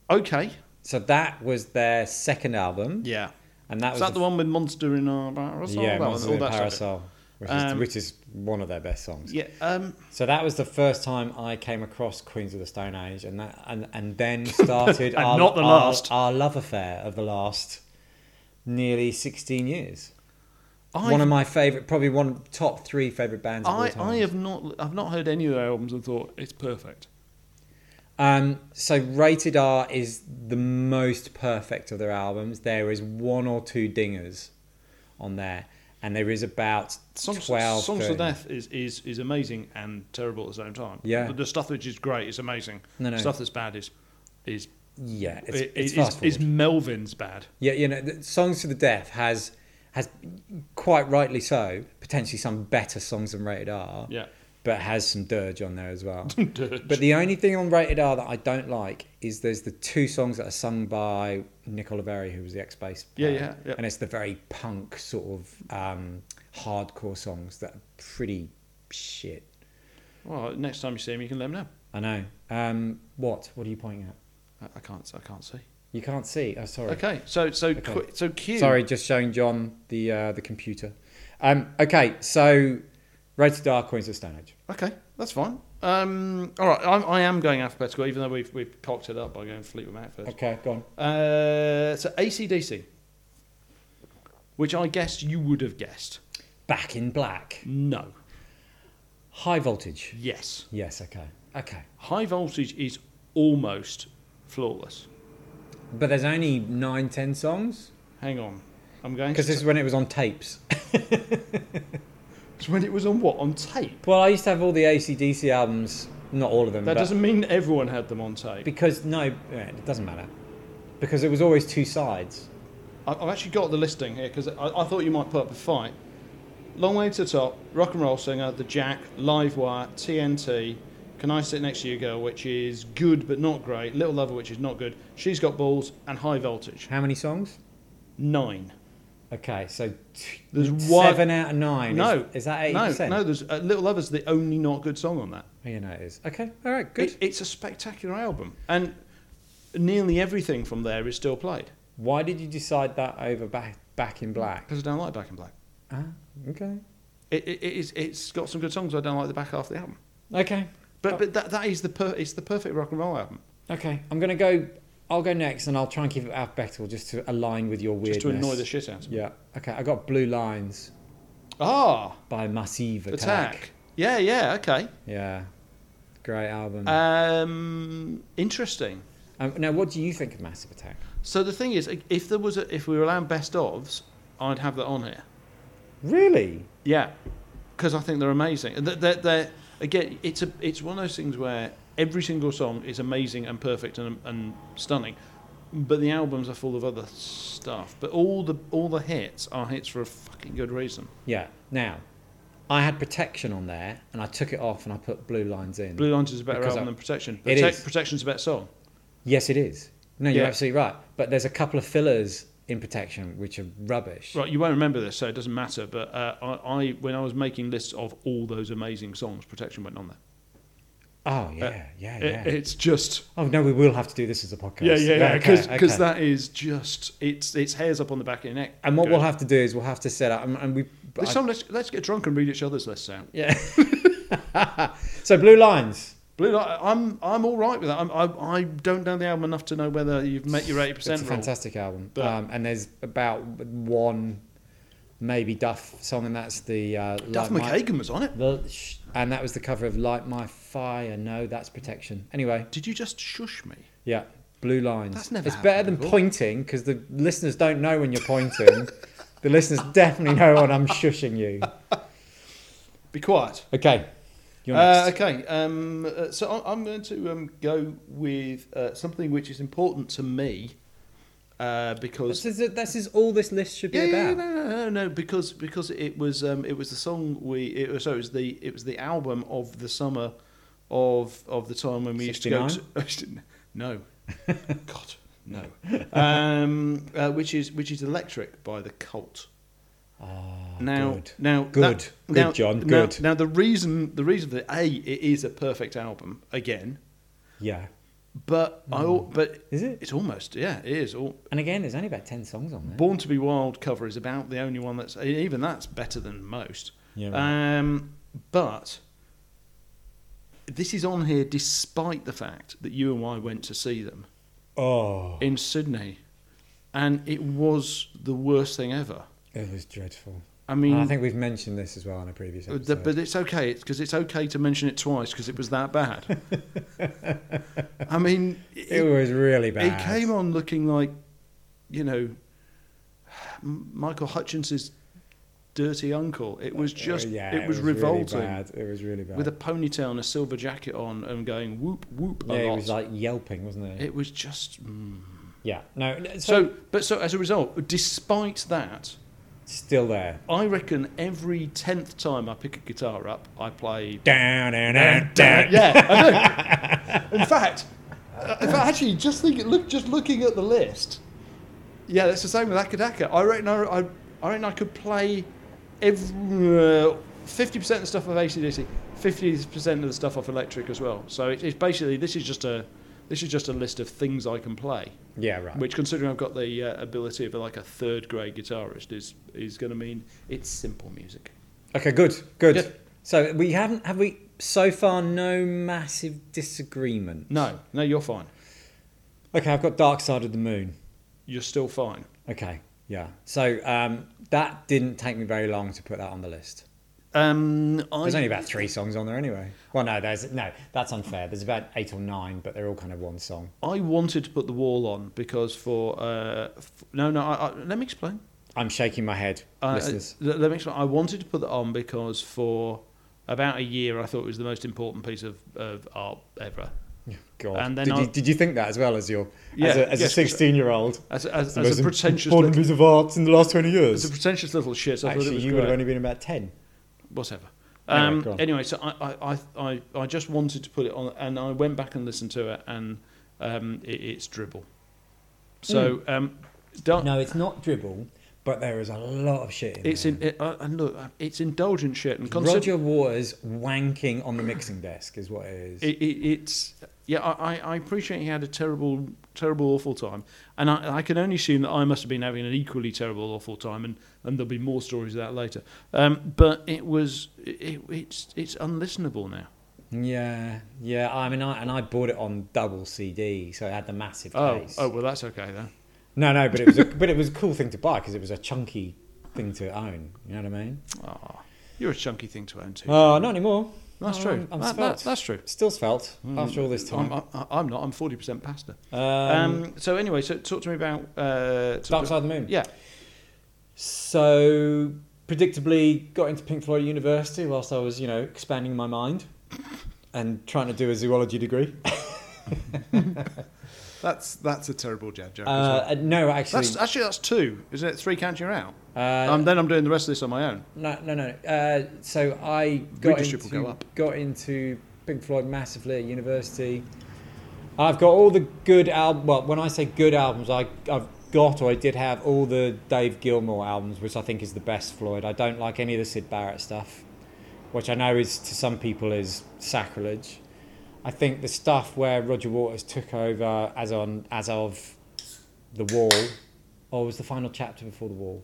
okay.
So that was their second album,
Yeah.
and that
Is
was
that the one with Monster in a Parasol?
Yeah,
That one,
Monsters
all
in a
that stuff.
Parasol, which is,
Um,
which is one of their best songs.
Yeah. Um,
So that was the first time I came across Queens of the Stone Age, and that and, and then started
And
our,
not the
our-
last.
our love affair of the last nearly sixteen years.
I-
one of my favorite, probably one of top three favorite bands of all
I,
time.
I have not I've not heard any of their albums and thought it's perfect.
Um, so Rated R is the most perfect of their albums. There is one or two dingers on there, and there is about
Songs,
twelve.
Songs for
13.
Death is, is, is amazing and terrible at the same time.
Yeah.
The, the stuff which is great is amazing.
No, no.
Stuff that's bad is is
Yeah, it's,
it-
it's
it-
fast
is, is
forward.
Melvin's bad.
Yeah, you know, the Songs to the Death has has quite rightly so potentially some better songs than Rated R,
Yeah.
but has some dirge on there as well.
Dirge.
Oh. but the only thing on Rated R that I don't like is there's the two songs that are sung by Nick Oliveri, who was the ex bass
Yeah,
player.
yeah, yeah.
And it's the very punk sort of um, hardcore songs that are pretty shit.
Well, next time you see him, you can let him know.
I know. Um, what? What are you pointing at?
I, I can't I can't see.
You can't see. Oh, sorry.
Okay, so so
Okay.
Qu- so Q.
Sorry, just showing John the uh, the computer. Um, okay, so Rated R, Queens of Stone Age.
Okay, that's fine. Um, all right, I'm, I am going alphabetical, even though we've we've cocked it up by going Fleetwood Mac first.
Okay, go on.
Uh, so ACDC, which I guess you would have guessed.
Back in Black.
No.
High Voltage.
Yes.
Yes. Okay. Okay.
High voltage is almost flawless.
But there's only nine, ten songs
Hang on. I'm going
because this is when it was on tapes.
It's when it was on what? On tape.
Well, I used to have all the ACDC albums, not all of them,
That
but
doesn't mean everyone had them on tape.
because no, yeah, it doesn't matter because it was always two sides.
I- I've actually got the listing here because I, I thought you might put up a fight. Long Way to the Top, Rock and Roll Singer, The Jack, Livewire, TNT, Can I Sit Next to You Girl, which is good but not great, Little Lover, which is not good, She's Got Balls, and High Voltage.
How many songs?
Nine.
Okay, so t-
There's one.
seven out of nine. Is-
No.
is, that eighty
no,
percent? Oh,
no, there's, uh, Little Lover's the only not good song on that.
you know it is. Okay, all right, good.
It- it's a spectacular album, and nearly everything from there is still played
Why did you decide that over back back in black?
because I don't like Back in Black.
Ah, okay.
It, it, it is, it's got some good songs. I don't like the back half of the album,
Okay.
but but that, that is the per, it's the perfect rock and roll album.
Okay. I'm gonna go I'll go next and I'll try and keep it alphabetical just to align with your weirdness.
Just to annoy the shit out of me.
Yeah. Okay, I got Blue Lines
Ah,
by Massive Attack.
attack. Yeah, yeah, okay.
Yeah. Great album.
Uh, Um, interesting.
um, now what do you think of Massive Attack?
So the thing is, if there was a, if we were allowed best ofs, I'd have that on here.
Really?
Yeah, because I think they're amazing. And They're, they're, they're, again, it's a it's one of those things where every single song is amazing and perfect and, and stunning, but the albums are full of other stuff. But all the all the hits are hits for a fucking good reason.
Yeah. Now, I had protection on there and I took it off and I put Blue Lines in.
Blue Lines is a better
Because
album
I-
than Protection.
It
Protec-
is.
Protection's a better song.
Yes it is. No, you're
Yeah.
absolutely right. But there's a couple of fillers in protection which are rubbish.
Right, you won't remember this, so it doesn't matter. But uh, I, I when I was making lists of all those amazing songs, Protection went on there.
Oh yeah, yeah, yeah.
Uh, It, it's just.
Oh no, we will have to do this as a podcast.
Yeah, yeah, yeah.
Okay,
Because
okay.
that is just it's it's hairs up on the back of your neck.
And what
Good.
we'll have to do is we'll have to set up and, and we.
This
I-
time, let's, let's get drunk and read each other's lists out.
yeah. so blue lines.
Blue, Light- I'm I'm all right with that. I'm, I I don't know the album enough to know whether you've met your eighty
It's
percent
a
rule.
fantastic album,
But-
um, and there's about one, maybe Duff song, and that's the uh,
Duff
Light My-
McKagan was on it.
the, shh, and that was the cover of Light My Fire. No, that's protection. Anyway,
Did you just shush me?
yeah, blue lines.
That's never
It's better
happened
than
before.
pointing because the listeners don't know when you're pointing. the listeners definitely know when I'm shushing you.
Be quiet.
Okay, you're next.
Uh, okay, um, uh, so I- I'm going to um, go with uh, something which is important to me uh, because
This is, this is all this list should be
yeah,
about.
yeah, no, no, no, no, because because it was um, it was the song we it was, so it was the it was the album of the summer of of the time when we used to go to no, God no, um, uh, which is which is Electric by the Cult.
Ah,
Now,
good.
now,
Good.
that-
Good,
now-
John,
now-
good.
Now, the reason the reason for a it is a perfect album again,
yeah,
but I
Hmm.
al- but
is it?
it's almost yeah it is all
And again, there's only about ten songs on there.
Born to Be Wild cover is about the only one that's even that's better than most.
Yeah,
Um, but this is on here despite the fact that you and I went to see them
oh,
in Sydney, and it was the worst thing ever.
it was dreadful.
I mean,
And I think we've mentioned this as well in a previous
Uh, the-
episode.
But it's okay because it's okay to mention it twice because it was that bad. I mean,
it
it,
was really
it
bad.
came on looking like, you know, M- Michael Hutchins' dirty uncle. It was just,
Uh, yeah,
it, was
really
revolting.
bad. It was really bad.
with a ponytail and a silver jacket on and going whoop whoop a
yeah,
lot.
it was like yelping, wasn't it?
it was just. Mm.
yeah. No. n- So,
So, but so as a result, despite that,
still there.
I reckon every tenth time I pick a guitar up, I play
Down and down, down.
Yeah, I do. In fact, uh, in fact, actually, just think, look, just looking at the list. Yeah, that's the same with Akadaka. I reckon I, I, I reckon I could play every uh, fifty percent of the stuff of ACDC, fifty percent of the stuff off Electric as well. So it, it's basically this is just a this is just a list of things I can play.
Yeah. Right.
Which, considering I've got the uh, ability of like a third grade guitarist, is is going to mean it's simple music.
Okay, good, good.
Good.
So we haven't have we so far no massive disagreement.
No, no, you're fine.
Okay, I've got Dark Side of the Moon.
You're still fine.
Okay, yeah. So um, that didn't take me very long to put that on the list.
Um, I,
There's only about three songs on there anyway. Well, no, there's no. That's unfair. There's about eight or nine, but they're all kind of one song.
I wanted to put the wall on because for uh, f- no no I, I, let me explain.
I'm shaking my head,
Uh,
listeners.
uh, let, let me explain. I wanted to put that on because for about a year I thought it was the most important piece of, of art ever.
Oh, God,
and then
did,
I-
you, did you think that as well as your
Yeah,
as a, as
yes, 'cause-
a 16 year old?
As, as, as a pretentious
important
little,
piece of art in the last 20
as a
years.
pretentious little shit, I thought it
Actually,
was
you would
great.
have only been about 10.
whatever.
Anyway,
Um,
go on.
anyway, so I, I, I, I, I just wanted to put it on, and I went back and listened to it, and um, it, it's dribble. So
Hmm.
um, don't,
No, it's not dribble, but there is a lot of shit in
it's
there.
in, it, uh, and look, uh, it's indulgent shit, and consider,
Roger Waters wanking on the mixing desk is what it is.
It, it, it's yeah. I, I- I appreciate he had a terrible, terrible, awful time, and I, I can only assume that I must have been having an equally terrible, awful time, and, and there'll be more stories of that later. Um, but it was it, it's it's unlistenable now.
yeah, yeah. I mean, I and I bought it on double CD, so it had the massive
Oh,
case.
oh well, that's okay then.
No, no, but it was a, but it was a cool thing to buy because it was a chunky thing to own. You know what I mean?
Oh, you're a chunky thing to own too.
Oh, not anymore.
that's
no,
true.
I'm- I'm
That- that-
svelte.
that's Hmm. true.
Still svelte after all this
I'm,
time.
I, I'm not. I'm forty percent pasta.
Um,
Um, so anyway, so talk to me about uh, talk
Dark
to-
Side of the Moon.
Yeah,
So predictably, got into Pink Floyd at University whilst I was, you know, expanding my mind and trying to do a zoology degree.
that's that's a terrible jab joke.
Uh, no, actually,
That's actually that's two, isn't it? Three counts you're out.
uh,
Um, then I'm doing the rest of this on my own.
No, no, no. Uh, so I got
Readership will
into,
go up.
got into Pink Floyd massively at university. I've got all the good albums. Well, when I say good albums, I, I've got or I did have all the Dave Gilmour albums, which I think is the best Floyd. I don't like any of the Sid Barrett stuff, which I know is to some people is sacrilege. I think the stuff where Roger Waters took over as on as of the Wall, or was the final chapter before the Wall?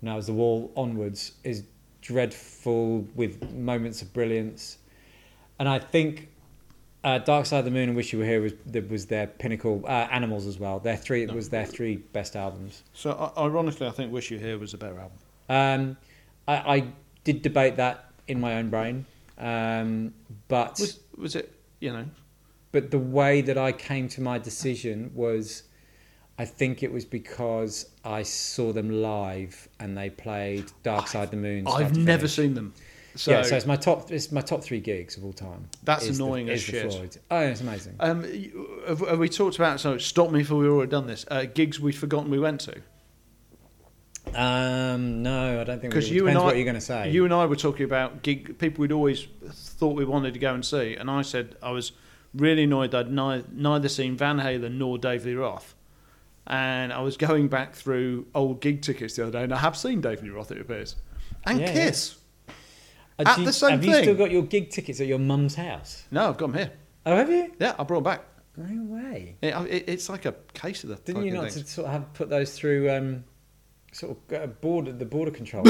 Now, as the wall onwards is dreadful with moments of brilliance, and I think uh, Dark Side of the Moon and Wish You Were Here was was their pinnacle. Uh, Animals as well. Their three it was their three best albums.
So uh, ironically, I think "Wish You Here" was a better album.
Um, I, I did debate that in my own brain, um, but
Was was it? You know,
but the way that I came to my decision was, I think it was because I saw them live and they played Dark Side of the Moon. start
I've
to
never
finish.
seen them. So,
yeah, so it's my top. It's my top three gigs of all time.
That's
Is the-
annoying as
is the
shit.
Floyd. Oh, it's amazing.
um, you- have, have we talked about? So stop me if we've already done this. Uh, gigs we'd forgotten we went to.
Um, no, I don't think.
Because
Because
you
depends
and I,
what you're going to say.
You and I were talking about gig people we'd always thought we wanted to go and see, and I said I was really annoyed that I'd ni- neither seen Van Halen nor Dave Lee Roth. And I was going back through old gig tickets the other day, and I have seen Dave Lee Roth. It appears, and
Yeah, yeah.
Kiss.
Uh,
at
do you-
the same
have you still
thing.
got your gig tickets at your mum's house?
No, I've got 'em here.
Oh, have you?
Yeah, I brought 'em back.
No way.
It, it, it's like a case of the
Didn't you
fucking
not
things.
to sort of have put those through um, sort of uh, border the border control?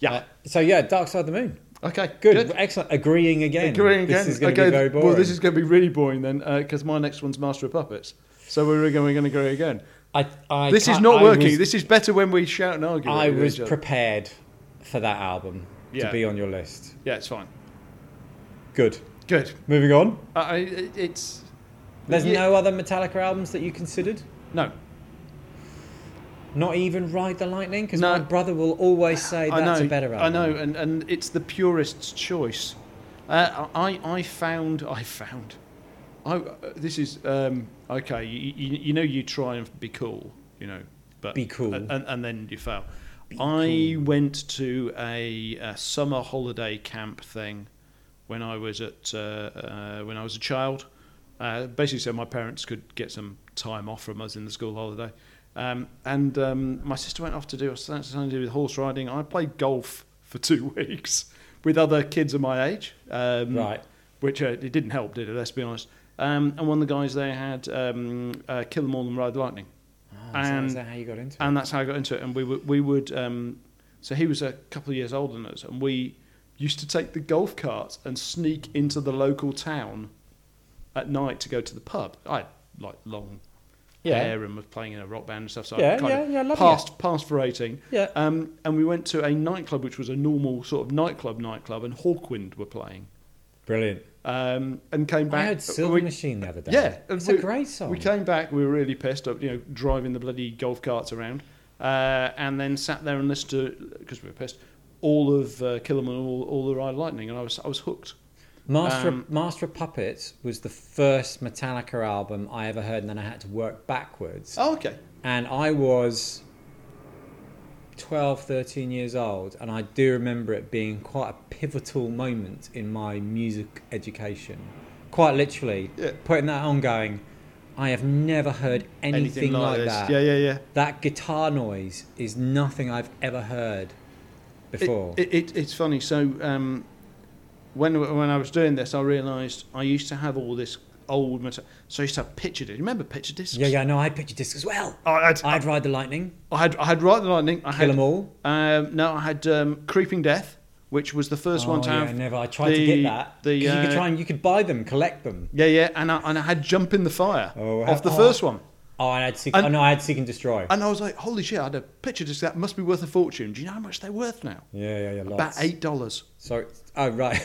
Yeah.
Uh, so yeah, Dark Side of the Moon.
Okay,
Good, excellent. Agreeing again.
Agreeing again.
This is going to
okay,
be very boring.
uh, Well, this is going to be really boring then, because my next one's Master of Puppets. So we're going, we're going to go again.
I, I
This is
can't-
not
I
working.
was-
this is better when we shout and argue.
I
with
was
each other.
prepared for that album
Yeah.
to be on your list.
yeah, it's fine.
Good.
Good.
Moving on.
I, I, it's
There's
Yeah.
no other Metallica albums that you considered.
no.
Not even Ride the Lightning, because
No.
my brother will always say
I
that's
know.
a better
I
album.
know, and, and it's the purist's choice. Uh, I I found I found. I uh, this is um, okay. You, you, you know you try and be cool, you know, but
Be cool.
and, and then you fail. I went to a, a summer holiday camp thing when I was at uh, uh, when I was a child. Uh, basically, so my parents could get some time off from us in the school holiday. Um, and um, my sister went off to do something to do with horse riding. I played golf for two weeks with other kids of my age. Um,
Right.
Which uh, it didn't help, did it? Let's be honest. Um, and one of the guys there had um, uh, Kill 'Em All and Ride the Lightning.
Ah, so
And-
is that how you got into it?
And that's how I got into it. And we would, we would um, so he was a couple of years older than us, and we used to take the golf carts and sneak into the local town at night to go to the pub. I had like long
Yeah.
hair and was playing in a rock band and stuff. So I
Yeah,
kind of
yeah, yeah, loving
passed passed for eighteen.
Yeah.
Um, and we went to a nightclub, which was a normal sort of nightclub nightclub, and Hawkwind were playing.
Brilliant.
Um, and came back.
I heard Silver
we-
Machine the other day.
yeah, and
It's
we-
a great song.
We came back. We were really pissed up, you know, driving the bloody golf carts around, uh, and then sat there and listened to because we were pissed. All of uh, Kill 'Em and all, all the Ride Lightning, and I was I was hooked.
Master,
Um,
of, Master of Puppets was the first Metallica album I ever heard, and then I had to work backwards.
Oh, okay.
And I was 12, 13 years old, and I do remember it being quite a pivotal moment in my music education. Quite literally,
Yeah.
putting that on going, I have never heard anything, like,
this.
that.
Yeah, yeah, yeah.
That guitar noise is nothing I've ever heard
It,
before.
it, it, it's funny. So um, when when I was doing this, I realised I used to have all this old metal. So I used to have picture discs. Remember picture discs?
yeah, yeah, no, I had picture discs as well.
I had,
I'd ride the lightning,
I had I had Ride the Lightning. I
kill
had
them all.
Um, no, I had um, Creeping Death, which was the first
Oh,
one to
yeah,
have.
never. I tried to
the-
get that.
the,
'Cause you
uh,
could try and you could buy them, collect them.
Yeah, yeah, and I, and I had Jump in the Fire
Oh,
off the
oh.
first one.
Oh, and I had seek.
And-
oh, no, I had seek and destroy.
And I was like, holy shit, I had a picture disc that must be worth a fortune. Do you know how much they're worth now?
yeah, yeah, yeah.
About
Lots.
$8.
So, oh right,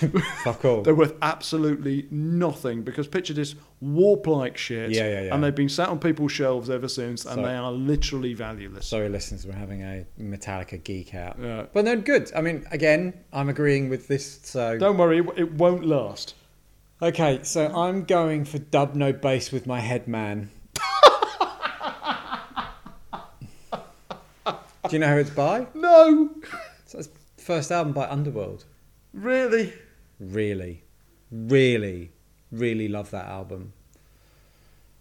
fuck all.
They're worth absolutely nothing because picture discs warp like shit.
Yeah, yeah, yeah.
And they've been sat on people's shelves ever since and
So-
they are literally valueless.
Sorry, listeners, we're having a Metallica geek out.
Yeah.
But no, good. I mean, again, I'm agreeing with this. So
Don't worry, it, it won't last.
okay, so I'm going for dub no bass with my head man. Do you know who it's by?
No!
So it's first album by Underworld.
Really?
Really, really, really love that album.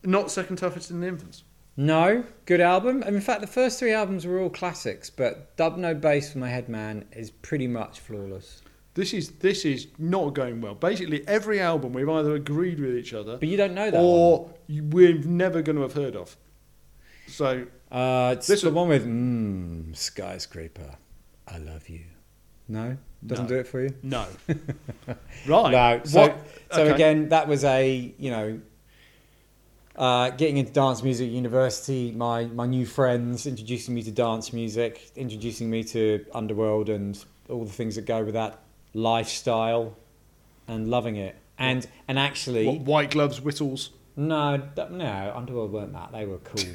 Not second toughest in the infants.
No, good album. And in fact, the first three albums were all classics, but Dub No Bass for My Head Man is pretty much flawless.
This is this is not going well. Basically, every album we've either agreed with each other
But you don't know that one.
or you- we're never going to have heard of. So
Uh, it's
This
the
was-
one with mm, Skyscraper. I love you. No? Doesn't
No.
do it for you?
no, right?
No. So,
What-
so
okay.
again, that was a, you know, uh, getting into dance music at university, my, my new friends introducing me to dance music, introducing me to Underworld and all the things that go with that lifestyle and loving it. And, and actually,
What, white gloves, whistles.
no, d- no, Underworld weren't that. They were cool.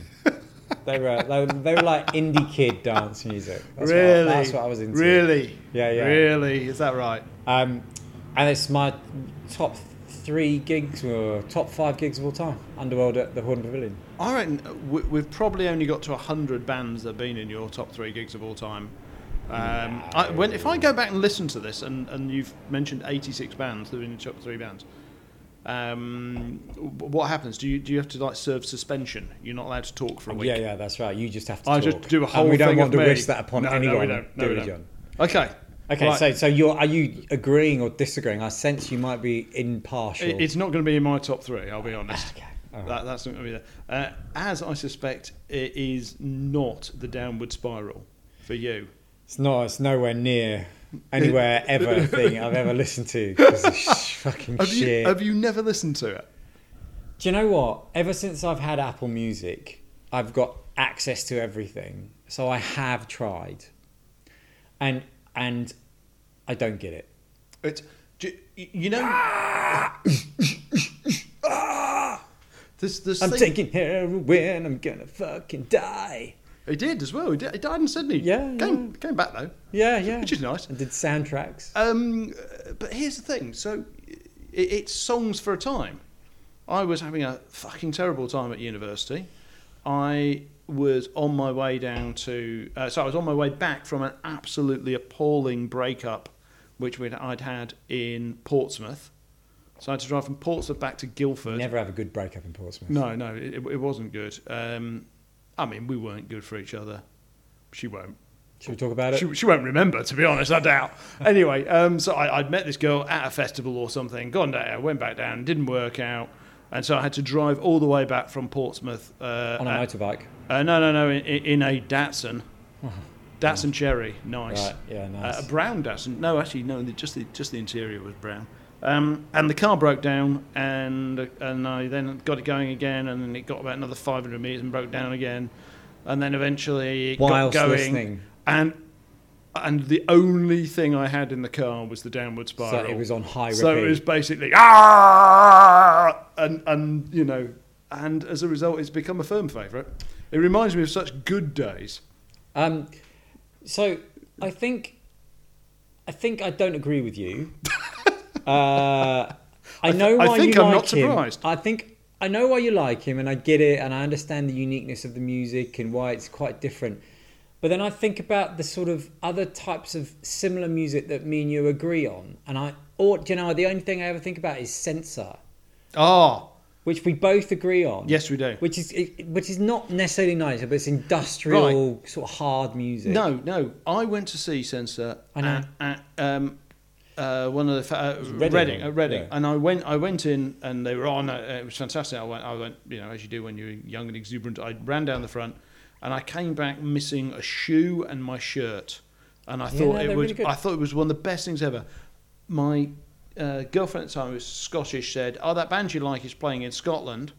they were they, were- they were like indie kid dance music. That's
really?
what I, that's what I was into.
Really?
Yeah, yeah.
Really? Is that right?
Um, and it's my top three gigs or top five gigs of all time. Underworld at the Horn Pavilion.
I reckon uh, we, we've probably only got to hundred bands that have been in your top three gigs of all time. Um, I, when, if I go back and listen to this, and, and you've mentioned eighty-six bands that are in your top three bands, um, wh- what happens? Do you do you have to like serve suspension? You're not allowed to talk for a week.
Yeah, yeah, that's right. You just have to.
I
talk.
just do a whole
And we don't
thing
want
of
to
me.
wish that upon
No, no, we
anyone.
don't. No,
do
we
we,
don't.
John?
Okay.
Okay,
Right.
so so you're are you agreeing or disagreeing? I sense you might be impartial.
It- It's not going to be in my top three. I'll be honest.
Okay, all right.
That, that's not going to be there. Uh, as I suspect, it is not the downward spiral for you.
It's not. It's nowhere near anywhere ever thing I've ever listened to. 'cause of sh- fucking
Have
shit.
you have you never listened to it?
Do you know what? Ever since I've had Apple Music, I've got access to everything. So I have tried, and and I don't get it.
It's do, you you know. Ah! This, this
I'm
thing,
taking heroin. I'm gonna fucking die.
he did as well. He, did, he died in Sydney.
Yeah,
came came back though,
Yeah, yeah.
which is nice.
I did soundtracks.
Um, but here's the thing. So it, it's songs for a time. I was having a fucking terrible time at university. I was on my way down to. Uh, so I was on my way back from an absolutely appalling breakup, which we'd, I'd had in Portsmouth. So I had to drive from Portsmouth back to Guildford.
Never have a good breakup in Portsmouth.
No, no, it, it wasn't good. Um, I mean, we weren't good for each other. She won't.
Should we talk about it?
She, she won't remember, to be honest, I doubt. Anyway, um, so I, I'd met this girl at a festival or something, gone down, went back down, didn't work out. And so I had to drive all the way back from Portsmouth. Uh,
On a
at-
motorbike.
uh, no, no, no, in, in a Datsun. Datsun Cherry, nice.
Right, yeah, nice.
Uh, a brown Datsun. No, actually, no. The, just the just the interior was brown. Um, and the car broke down, and and I then got it going again, and then it got about another 500 meters and broke down again, and then eventually it
Whilst
got going.
listening.
And and the only thing I had in the car was the downward
So
spiral.
it was on high repeat.
So it was basically ah, and and you know, and as a result, it's become a firm favourite. It reminds me of such good days.
Um, so I think I think I don't agree with you. uh, I know
th- I
why
think
you
I'm
like
not
him.
surprised.
I think I know why you like him, and I get it, and I understand the uniqueness of the music and why it's quite different. But then I think about the sort of other types of similar music that me and you agree on, and I, or do you know, the only thing I ever think about is Censor,
Ah,
which we both agree on.
yes, we do.
Which is it- which is not necessarily nice, but it's industrial sort of hard music.
No, no. I went to see Censor
I know.
at, at um, uh, one of the fa- uh,
Reading,
Reading,
yeah.
at Reading, and I went. I went in, and they were on. Uh, it was fantastic. I went. I went. You know, as you do when you're young and exuberant. I ran down the front, and I came back missing a shoe and my shirt, and I
Yeah,
thought
no,
it
they're
was.
really good.
I thought it was one of the best things ever. My uh, girlfriend at the time, who was Scottish, said, "Oh, that band you like is playing in Scotland.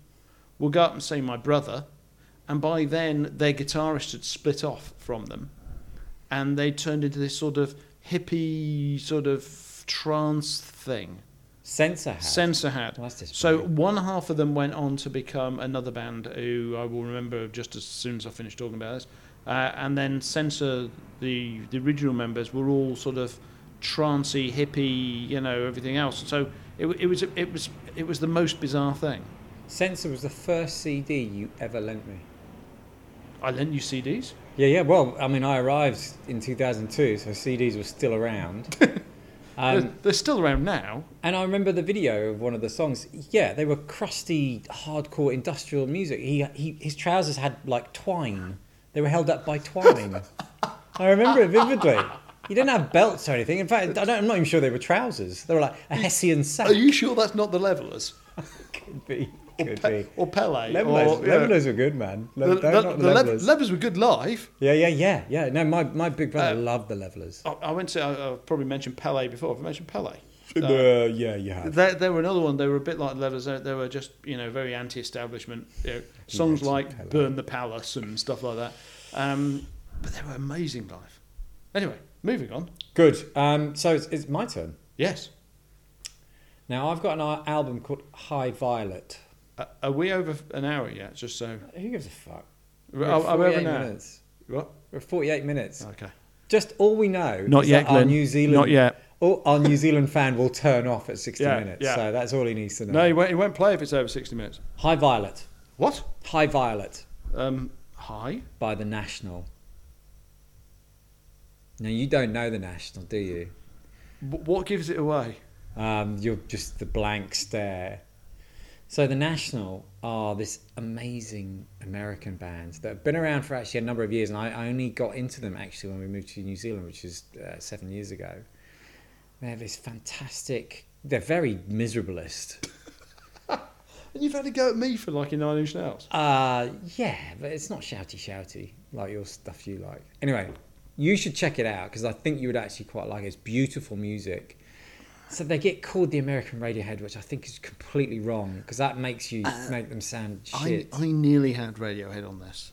We'll go up and see my brother." And by then, their guitarist had split off from them, and they turned into this sort of hippie, sort of trance thing.
Censor had.
Censor had.
Well, that's
So
disappointing.
one half of them went on to become another band who I will remember just as soon as I finish talking about this. Uh, and then Censor, the the original members were all sort of trancey, hippie, you know, everything else. So it, w- it was it was it was the most bizarre thing.
Censor was the first CD you ever lent me.
I lent you CDs.
Yeah, yeah. Well, I mean, I arrived in 2002, so CDs were still around.
they're,
um,
they're still around now.
and I remember the video of one of the songs. Yeah, they were crusty, hardcore industrial music. He, he his trousers had like twine. They were held up by twine. I remember it vividly. He didn't have belts or anything. In fact, I don't, I'm not even sure they were trousers. They were like a Hessian sack.
Are you sure that's not the Levelers
could be, could be.
or Pele?
Levelers,
or, yeah.
levelers were good, man. Le-
The,
they're
the-
not
the Lev-
Levelers.
Levelers were good live.
Yeah, yeah, yeah, yeah. No, my, my big brother
Uh,
loved the levelers.
I, I went to. I, I've probably mentioned Pele before. Have I mentioned Pele?
Uh, yeah, you have.
They, they were another one. They were a bit like the Levelers. They, they were just you know very anti-establishment. You know, songs
mentioned
like
Pele.
"Burn the Palace" and stuff like that. Um, but they were amazing live. Anyway, moving on.
Good. Um, so it's, it's my turn.
Yes.
Now, I've got an al- album called High Violet.
Uh, are we over an hour yet? Just so.
Who gives a fuck?
Are,
We're at
are we over
48
an hour?
minutes.
What?
We're at 48 minutes.
Okay.
Just all we know
Not
is
yet,
that our
Glenn.
New Zealand,
Not yet.
Oh, our New Zealand fan will turn off at 60
Yeah,
minutes.
yeah.
So that's all he needs to know.
No, he won't, he won't play if it's over sixty minutes.
High Violet.
What?
High Violet
Um, hi.
by The National. Now, you don't know The National, do you?
W- what gives it away?
Um, you're just the blank stare. So the National are this amazing American band that have been around for actually a number of years, and I, I only got into them actually when we moved to New Zealand, which is uh, seven years ago. They have this fantastic. They're very miserablist.
And you've had a go at me for liking Nine Inch Nails.
Uh, yeah, but it's not shouty shouty like your stuff you like. Anyway, you should check it out because I think you would actually quite like it. It's beautiful music. So they get called the American Radiohead, which I think is completely Uh, wrong because that makes you make them sound
I,
shit.
I nearly had Radiohead on this.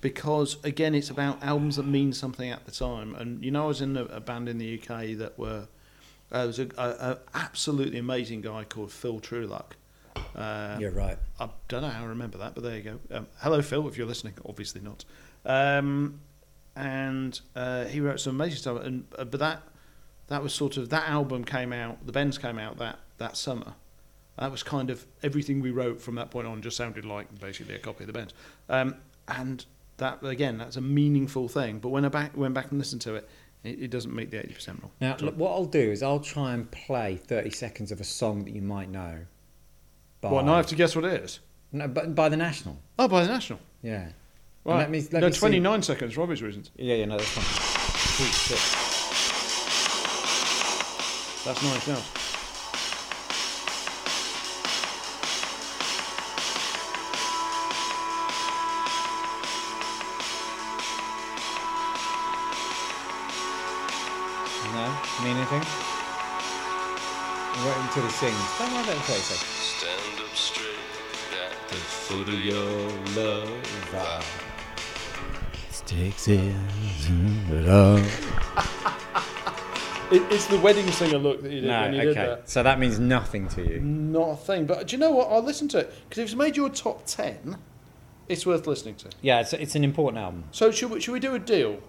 because again, it's about albums that mean something at the time. And you know, I was in a, a band in the UK that were uh, there was a, a, a absolutely amazing guy called Phil Trueluck. Uh,
You're right.
I don't know how I remember that, but there you go. Um, hello, Phil, if you're listening. Obviously not. Um, and uh, he wrote some amazing stuff. And uh, but that that was sort of that album came out. The Bends came out that that summer. That was kind of everything we wrote from that point on. Just sounded like basically a copy of the Bends. Um, and that again, that's a meaningful thing. But when I back went back and listened to it, it, it doesn't meet the eighty percent rule.
Now, look, what I'll do is I'll try and play 30 seconds of a song that you might know. By,
Well, now I have to guess what it is.
no, but by the National.
Oh, by the National.
Yeah. And
Right.
Let me, let
no,
me see-
twenty nine seconds. Robbie's reasons.
Yeah, yeah, no, that's fine. Sweet shit.
That's nice. Now.
No? Mean anything? Wait until he sings. Don't mind that place.
Stand up straight at the foot of your love.
Sticks in love.
It, it's the wedding singer look that you did
No,
when you did
okay.
that.
So that means nothing to you.
Not a thing. But do you know what? I'll listen to it because if it's made your top ten, it's worth listening to.
Yeah, it's, it's an important album.
So should we, should we do a deal?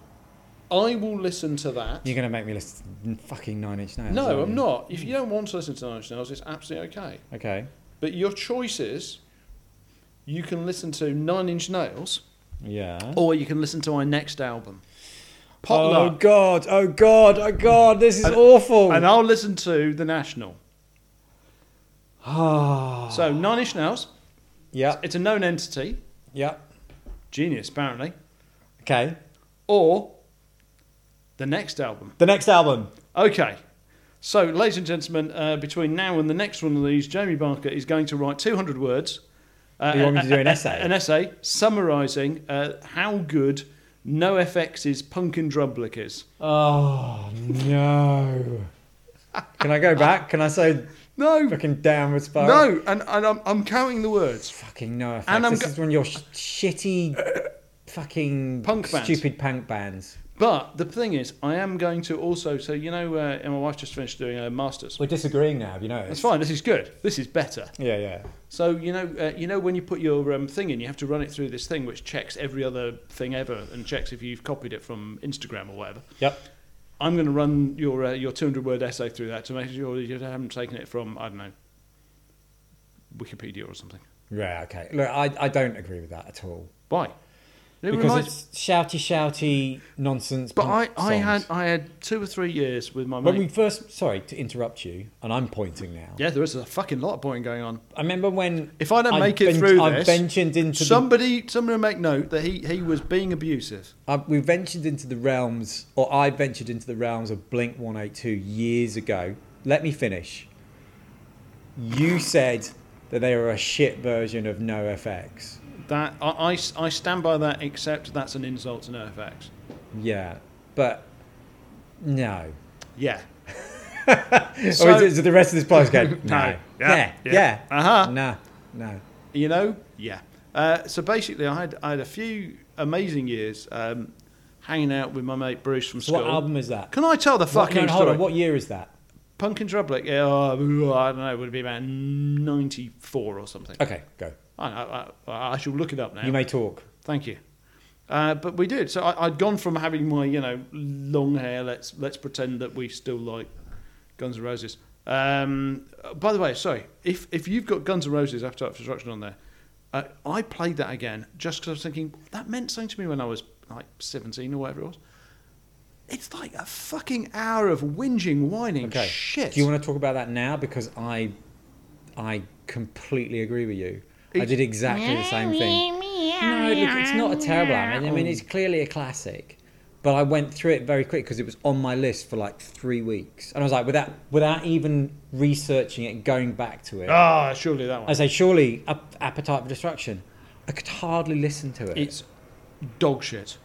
I will listen to that.
You're going to make me listen to fucking Nine Inch Nails.
no,
aren't
I'm
you?
not. If you don't want to listen to Nine Inch Nails, it's absolutely okay.
Okay.
But your choice is, you can listen to Nine Inch Nails,
Yeah.
or you can listen to my next album,
oh,
Oh, Potluck,
God. Oh, God. Oh, God. This is
And-
awful.
and I'll listen to The National.
Ah.
So Nine Inch Nails,
yeah.
it's a known entity,
Yeah.
genius apparently,
Okay.
or the next album.
The next album.
Okay. So, ladies and gentlemen, uh, between now and the next one of these, Jamie Barker is going to write 200 words. Uh,
You want me to do an
uh,
essay?
An essay summarising uh, how good NoFX's Punkin' Drublick is.
Oh, no. Can I go back? Can I say
No,
fucking downward spiral?
no, and, and I'm, I'm counting the words.
Fucking no effects.
And I'm
this
go-
is one of your sh- shitty, fucking
Punk bands.
stupid punk bands.
But the thing is, I am going to also, so you know, uh, and my wife just finished doing her master's.
We're disagreeing now. Have you
That's
noticed?
fine, this is good. This is better.
Yeah, yeah.
So you know, uh, you know when you put your um, thing in, you have to run it through this thing which checks every other thing ever and checks if you've copied it from Instagram or whatever.
Yep.
I'm going to run your uh, your 200 word essay through that to make sure you haven't taken it from I don't know Wikipedia or something.
Yeah. Okay. Look, I, I don't agree with that at all
Why? It
because
reminds-
it's shouty, shouty nonsense.
but I,
punk
I had
songs.
I had two or three years with my
when
mate.
we first. Sorry to interrupt you, and I'm pointing now.
yeah, there is a fucking lot of pointing going on.
I remember when
If I don't
I
make it
ven-
through
I
this,
ventured into the-
somebody somebody make note that he, he was being abusive.
Uh, we ventured into the realms, or I ventured into the realms of Blink 182 years ago. Let me finish. You said that they were a shit version of NoFX.
That I, I s- I stand by that, except that's an insult to NoFX.
Yeah, but no.
Yeah.
or
So-
is it, is it the rest of this podcast going, no.
No.
Yeah,
Yeah.
yeah.
Yeah. Uh-huh.
No, no.
you know yeah uh, so basically i had i had a few amazing years um, hanging out with my mate bruce from
So
school
what album is that?
can i tell the
What-
fucking
no, hold
story
on, what year is that?
punk and drublick yeah, oh, i don't know it would be about 94 or something
Okay, go.
I, I, I, I shall look it up now
You may talk.
thank you uh, but we did so I, i'd gone from having my you know long hair let's let's pretend that we still like guns N' roses um, by the way sorry if if you've got guns N' roses appetite for destruction on there uh, i played that again just because i was thinking that meant something to me when i was like 17 or whatever it was it's like a fucking hour of whinging whining
Okay.
shit
Do you want to talk about that now? Because I, I completely agree with you. I
It-
did exactly the same thing. No, look, it's not a terrible album. I mean, it's clearly a classic. But I went through it very quick because it was on my list for like three weeks, and I was like, without without even researching it, going back to it,
ah surely that one
I say, surely Ap- Appetite for Destruction. I could hardly listen to it.
it's dog shit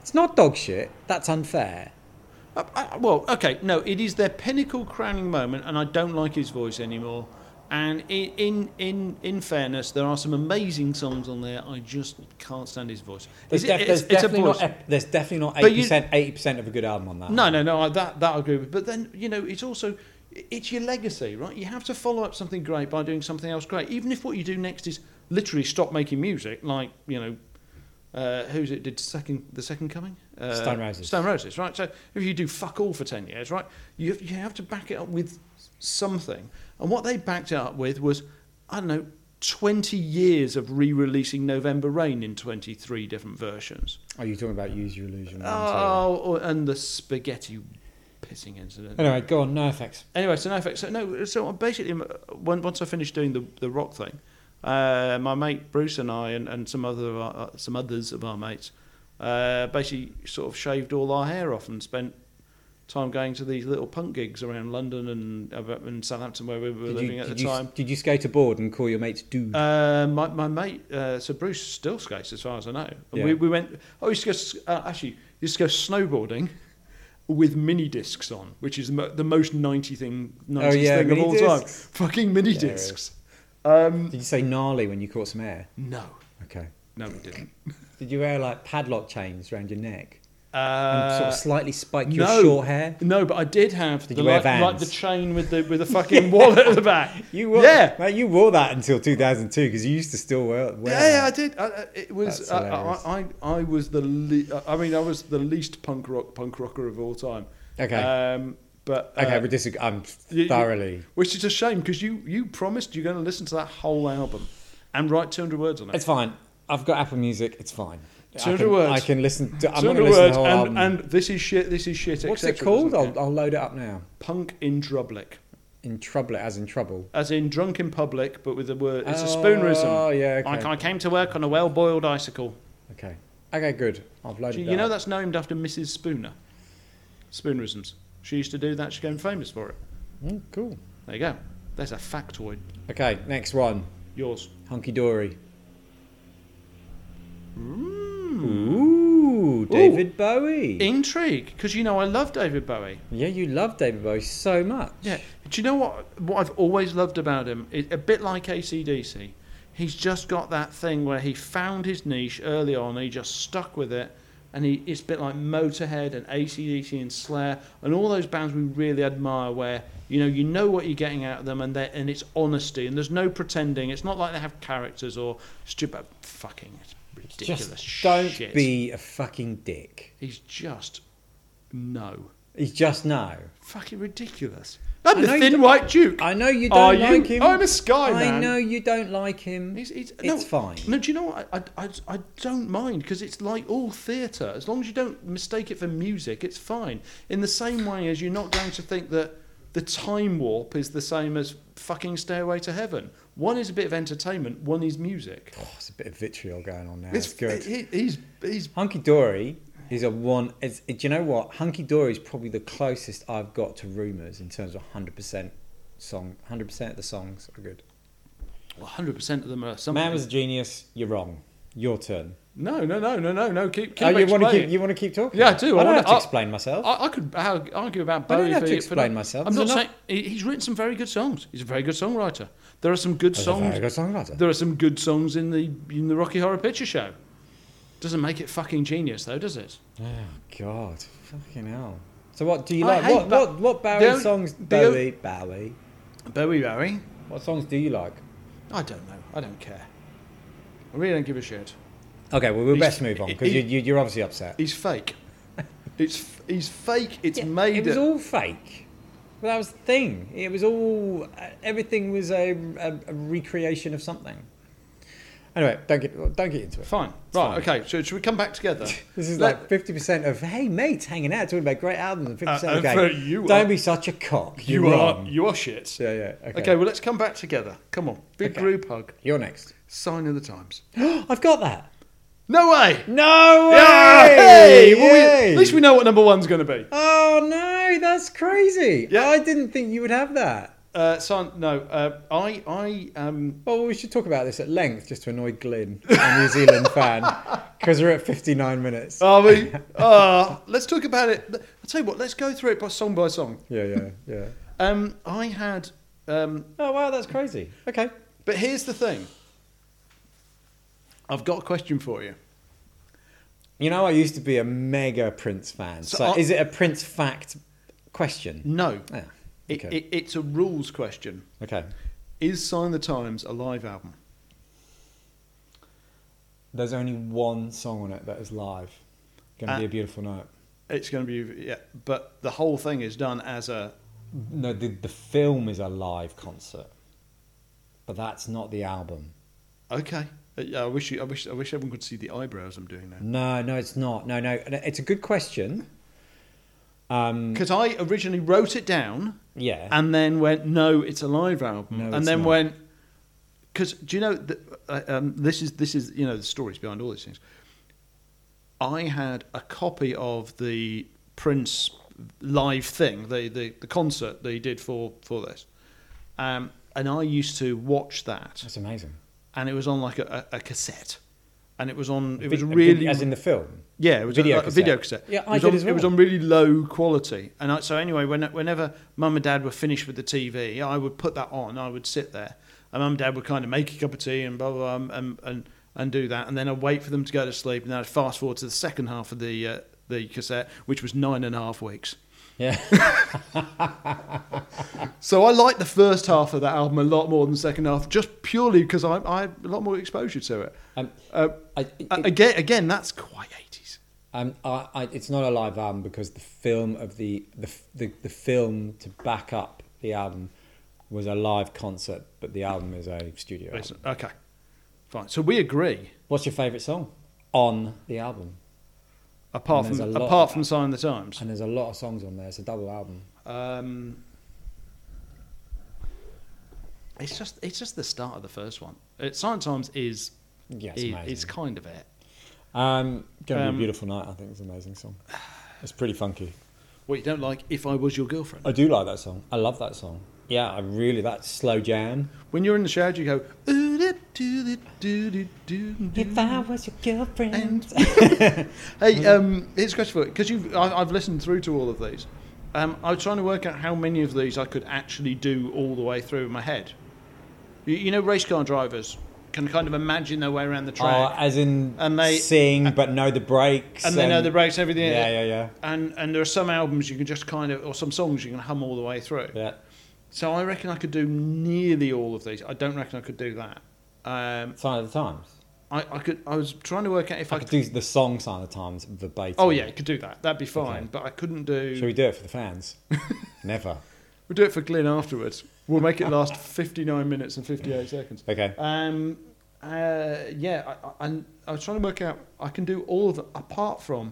It's not dog shit. That's unfair.
Uh, I, well, okay, no, it is their pinnacle crowning moment, and I don't like his voice anymore. And in, in in in fairness, there are some amazing songs on there. I just can't stand his voice.
There's,
Is it-
def-
it's-
there's
it's a
definitely not
voice.
ep- there's definitely not
But
eighty
you-
percent eighty percent of a good album on that.
No, no, no. I- That that I agree with. But then you know, it's also it's your legacy, right? You have to follow up something great by doing something else great, even if what you do next is literally stop making music, like you know. Uh, who's it? Did second the second coming? Uh,
Stone Roses.
Stone Roses, right? So if you do fuck all for ten years, right, you have, you have to back it up with something. And what they backed it up with was, I don't know, twenty years of re-releasing November Rain in twenty-three different versions.
Are you Oh, talking about Use Your Illusion? one, two?
Oh, or- and the spaghetti pissing incident.
Anyway, go on. No effects.
Anyway, so no effects. So no, so basically, when, once I finished doing the the rock thing, uh, my mate Bruce and I and, and some other of our, uh, some others of our mates, uh, basically sort of shaved all our hair off and spent time going to these little punk gigs around London and and Southampton where we were
Did
living
you,
at
did
the
you,
time.
did you skate aboard and call your mates dude?
Uh, my, my mate, uh, so Bruce still skates as far as I know. And
Yeah.
we, we went, oh, he used to go, s- uh, actually, he used to go snowboarding with mini discs on, which is the, mo- the most 90 thing, 90s
Oh, yeah,
thing of
mini
all time.
discs.
Fucking mini
Yeah, it is.
discs. Um,
did you say gnarly when you caught some air?
no,
Okay.
no, we didn't.
Did you wear like padlock chains around your neck and sort
Uh,
of slightly spike your
no.
short hair?
no, but I did have
Did
the,
you wear
like, like
Vans?
the chain with the with the fucking wallet at the back.
You wore,
yeah,
mate, you wore that until 2002 because you used to still wear. wear
Yeah, yeah, I
that.
did. I, I- it was
That's
I, I, I, I was the le- I mean I was the least punk rock punk rocker of all time.
Okay.
Um, but uh,
Okay, we disagree. I'm
you- you-
thoroughly.
which is a shame because you you promised you're going to listen to that whole album and write 200 words on it.
It's fine. I've got Apple Music. It's fine. I
200
can,
words.
I can listen. To, I'm not going
200
to listen to
words
the whole album.
and, and this is shit. This is shit.
What's
etc.,
it called?
doesn't it?
I'll, I'll load it up now.
Punk in Drublic,
In trouble, as in trouble.
as in drunk in public, but with the word. It's a
Oh,
spoonerism.
yeah, okay.
Like I came to work on a well-boiled icicle.
Okay. Okay, good. I've loaded
She,
that
you know
up.
that's named after Mrs. Spooner. Spoonerisms. She used to do that. She became famous for it.
Mm, cool.
There you go. There's a factoid.
Okay, next one.
Yours.
Hunky Dory.
Mm.
Ooh, David Bowie.
Intrigue, because you know I love David Bowie.
yeah, you love David Bowie so much.
Yeah. Do you know what? What I've always loved about him, it, a bit like ACDC, he's just got that thing where he found his niche early on. He just stuck with it, and he it's a bit like Motorhead and ACDC and Slayer and all those bands we really admire, where you know you know what you're getting out of them, and they and it's honesty, and there's no pretending. It's not like they have characters or stupid fucking it's ridiculous
Just don't
shit.
be a fucking dick.
He's just no.
He's just no.
Fucking ridiculous. I'm the
know you
thin
don't-
white duke.
I know you don't
Are you-
like him.
I'm a sky
I
man.
know you don't like him.
He's- he's-
it's
no,
fine.
No, do you know what? I, I, I- I don't mind because it's like all theatre. As long as you don't mistake it for music, it's fine. In the same way as you're not going to think that the time warp is the same as fucking Stairway to Heaven. One is a bit of entertainment, one is music.
Oh, it's a bit of vitriol going on now. It's, good.
he- he's, he's,
Hunky Dory is a one. Is, do you know what? Hunky Dory is probably the closest I've got to rumours in terms of 100% song. 100% of the songs are good.
100% of them are something.
Man was a genius. You're wrong. Your turn.
no, no, no, no, no, no. Keep, keep
oh, you want to keep?
explaining.
You want to keep talking?
Yeah, I do.
I
I
don't
wanna-
have to
I-
explain myself.
I, I could arg- argue about
I
Bowie.
don't have to
for- for
explain
not-
myself.
I'm
There's
not
enough-
saying he- he's written some very good songs. He's a very good songwriter. There are some good
As a
songs.
very good songwriter.
There are some good songs in the in the Rocky Horror Picture Show. Doesn't make it fucking genius though, does it?
oh God, fucking hell. So what do you
I
like?
hate
What,
Bo-
what what Bowie
the on-
songs?
the on-
Bowie, Bowie.
Bowie Bowie.
What songs do you like?
I don't know. I don't care. I really don't give a shit.
Okay, well we'll
He's-
best move on because
he-
you, you, you're obviously upset.
He's fake. it's f- he's fake. It's
Yeah,
made
it was all fake. Well, that was the thing. It was all uh, everything was a, a, a recreation of something. Anyway, don't get don't get into it.
fine. Right. Okay. So should we come back together?
This is
Let-
like fifty percent of hey mates hanging out talking about great albums and fifty
Uh,
percent
and
okay.
for you
don't
are-
be such a cock.
you
You're
are
wrong.
you are shit.
Yeah, yeah. Okay.
Okay. Well, let's come back together. Come on. Big
Okay.
group hug.
You're next.
Sign of the times.
I've got that.
No way!
No way!
Yeah! Hey! Well, we-
Yay!
at least we know what number one's going to be.
Oh no, that's crazy.
Yeah.
I didn't think you would have that.
Uh, son, no, uh, I, I, um,
Well, we should talk about this at length just to annoy Glyn, a New Zealand fan, because we're at 59 minutes.
are we? Uh, let's talk about it. I'll tell you what. Let's go through it by song by song.
Yeah, yeah, yeah.
Um, I had Um,
Oh wow, that's crazy. Okay.
but here's the thing. I've got a question for you.
You know, I used to be a mega Prince fan. So,
So I-
is it a Prince fact question?
No,
Yeah.
it,
Ah, Okay.
it, it's a rules question.
okay.
Is Sign the Times a live album?
There's only one song on it that is live. Gonna be
Uh,
a beautiful night.
It's going to be yeah, but the whole thing is done as a
No, the, the film is a live concert, but that's not the album.
okay. Uh, yeah, I wish you, I wish I wish everyone could see the eyebrows I'm doing now.
No, no, it's not. No, no, it's a good question. Um,
Because I originally wrote it down
yeah,
and then went, no, it's a live album,
No, it's
and then
not.
went because do you know th- uh, um, this is this is you know the stories behind all these things. I had a copy of the Prince live thing, the the, the concert they did for for this, um, and I used to watch that,
that's amazing.
and it was on like a, a, a cassette, and it was on it
A
was
vid- a
really
vid- as in the film.
yeah, it was video a, like a
Videocassette.
video cassette.
Yeah,
it
I
was
did
on,
as
It was
well.
on really low quality, and I, so anyway, when, whenever mum and dad were finished with the TV, I would put that on. I would sit there, and mum and dad would kind of make a cup of tea and blah blah, blah and, and and do that, and then I'd wait for them to go to sleep, and then I'd fast forward to the second half of the uh, the cassette, which was nine and a half weeks.
Yeah,
So I like the first half of that album a lot more than the second half, just purely because I, I had a lot more exposure to it.
um,
Uh,
I,
a-
it-
again, again, that's quite eighties.
um, I, I, it's not a live album because the film of the the, f- the the film to back up the album was a live concert, but the album is a studio. Album.
Okay, fine. So we agree.
What's your favourite song on the album?
apart
And
from
there's a lot
apart
of
from sign the times
And there's a lot of songs on there. It's a double album.
um, it's just it's just the start of the first one it, sign the times is
Yeah, it's
is,
amazing.
is kind of it
Um, gonna
Um,
be a beautiful night. I think it's an amazing song. It's pretty funky.
what you don't like if i was your girlfriend
I do like that song. I love that song. Yeah, I really that slow jam.
when you're in the shower do you go "Ooh, da, doo, da, doo, doo, doo, doo."
If I was your girlfriend.
hey um here's a question for you because you've I, i've listened through to all of these um, i was trying to work out how many of these i could actually do all the way through in my head you, you know race car drivers can kind of imagine their way around the track
Uh, as in
And they-
sing but know the breaks.
and they know the breaks, everything.
Yeah, yeah, yeah.
And and there are some albums you can just kind of, or some songs you can hum all the way through.
Yeah.
So I reckon I could do nearly all of these. I don't reckon I could do that. Um,
Sign of the Times.
I, I could. I was trying to work out if I,
I could do the song Sign of the Times verbatim.
oh yeah, I could do that. That'd be fine.
Okay.
But I couldn't do.
Should we do it for the fans? Never.
We'll do it for Glyn afterwards. We'll make it last fifty nine minutes and fifty eight seconds.
Okay.
Um, uh, yeah, I, I, and I was trying to work out. I can do all of them apart from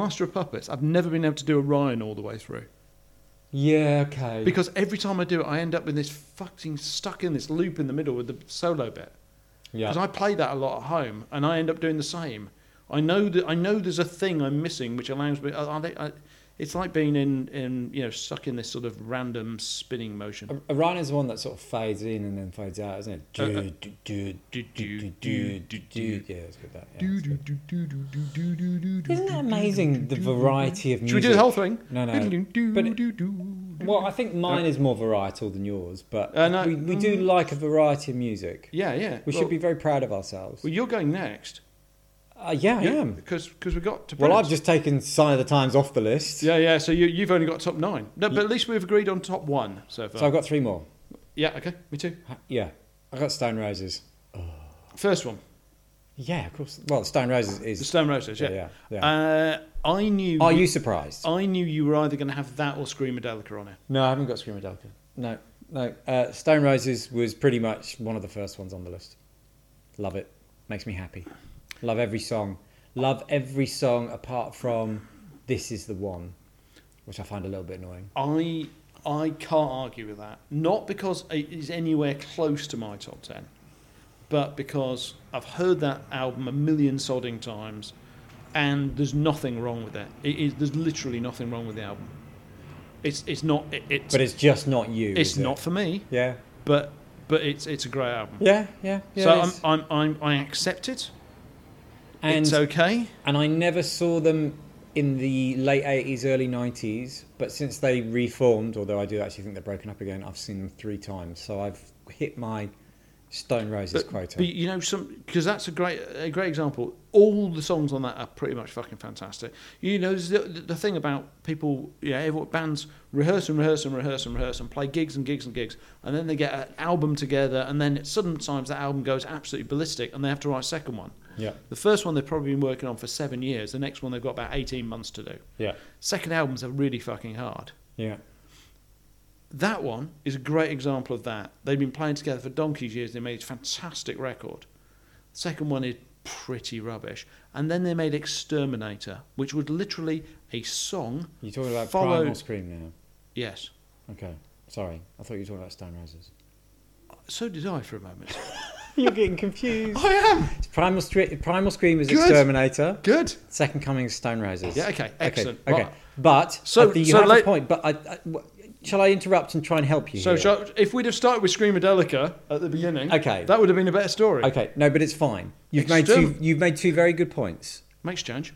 Master of Puppets. I've never been able to do Orion all the way through.
Yeah, okay.
Because every time I do it, I end up with this fucking stuck in this loop in the middle with the solo bit.
yeah.
Because I play that a lot at home, and I end up doing the same. I know that I know there's a thing I'm missing, which allows me. I, I, I, it's like being in, in you know stuck in this sort of random spinning motion.
A- Orion is the one that sort of fades in and then fades out, isn't it?
Uh, uh,
Do, do, do, do, do, do, do, do. Yeah, it's good that. Yeah,
Do,
it's
do,
good.
do, do, do, do, do, do, do, do,
Isn't
do,
that
do,
amazing?
do,
The
do, do.
variety of music.
Should we do the whole thing?
No, no.
Do, do,
But-
do, do, do.
Well, I think mine is more varietal than yours, but
Uh, no.
we, we do like a variety of music.
yeah, yeah.
We
Well-
should be very proud of ourselves.
Well, you're going next.
Uh, yeah, I am.
Because because we got to.
Well,
Prince.
I've just taken Sign of the Times off the list.
Yeah, yeah. So you, you've only got top nine. No, but at least we've agreed on top one so far.
So I've got three more.
yeah, okay. Me too.
Ha- Yeah. I got Stone Roses.
First one,
Yeah, of course. Well, Stone Roses
the
is.
Stone Roses. Yeah, um,
Yeah, yeah,
Uh, I knew.
Are you surprised?
I knew you were either going to have that or Screamadelica on it.
No, I haven't got Screamadelica. No, no. Uh, Stone Roses was pretty much one of the first ones on the list. Love it. Makes me happy. Love every song. Love every song apart from This Is the One, which I find a little bit annoying.
I I can't argue with that. Not because it is anywhere close to my top ten, but because I've heard that album a million sodding times, and there's nothing wrong with it. it is, there's literally nothing wrong with the album. It's it's not it, it's
But it's just not you.
it's
is it?
not for me.
Yeah.
but but it's it's a great album.
Yeah, yeah. yeah it
so um,
is.
I'm, I'm I'm I accept it.
and
uh, it's okay.
and I never saw them in the late 80s, early 90s, but since they reformed, although I do actually think they're broken up again, I've seen them three times. So I've hit my Stone Roses
But,
quota.
but you know, some because that's a great a great example. All the songs on that are pretty much fucking fantastic. You know, there's the, the thing about people, yeah, everyone, bands rehearse and rehearse and rehearse and rehearse and play gigs and gigs and gigs, and then they get an album together, and then sometimes that album goes absolutely ballistic, and they have to write a second one.
yeah,
The first one they've probably been working on for seven years. The next one they've got about eighteen months to do.
yeah,
Second albums are really fucking hard.
yeah,
That one is a great example of that. They've been playing together for donkey's years. They made a fantastic record. The second one is pretty rubbish. And then they made Exterminator, which was literally a song.
You're talking about
Follow-
Primal Scream
Yes.
now. Okay, sorry. I thought you were talking about Stone Roses.
So did I for a moment.
You're getting confused.
I am.
It's Primal, Scre- Primal Scream is
Good.
Exterminator.
Good.
Second Coming is Stone Roses.
Yeah, okay, excellent.
Okay, okay.
Right.
but
So-
so, I think you
so
have
late-
a point. But I, I- w- shall I interrupt and try and help you?
So
here?
shall- if we'd have started with Screamadelica at the beginning,
Okay.
that would have been a better story.
okay, no, but it's fine. You've made
Extermin-
two. You've made two very good points.
Makes change.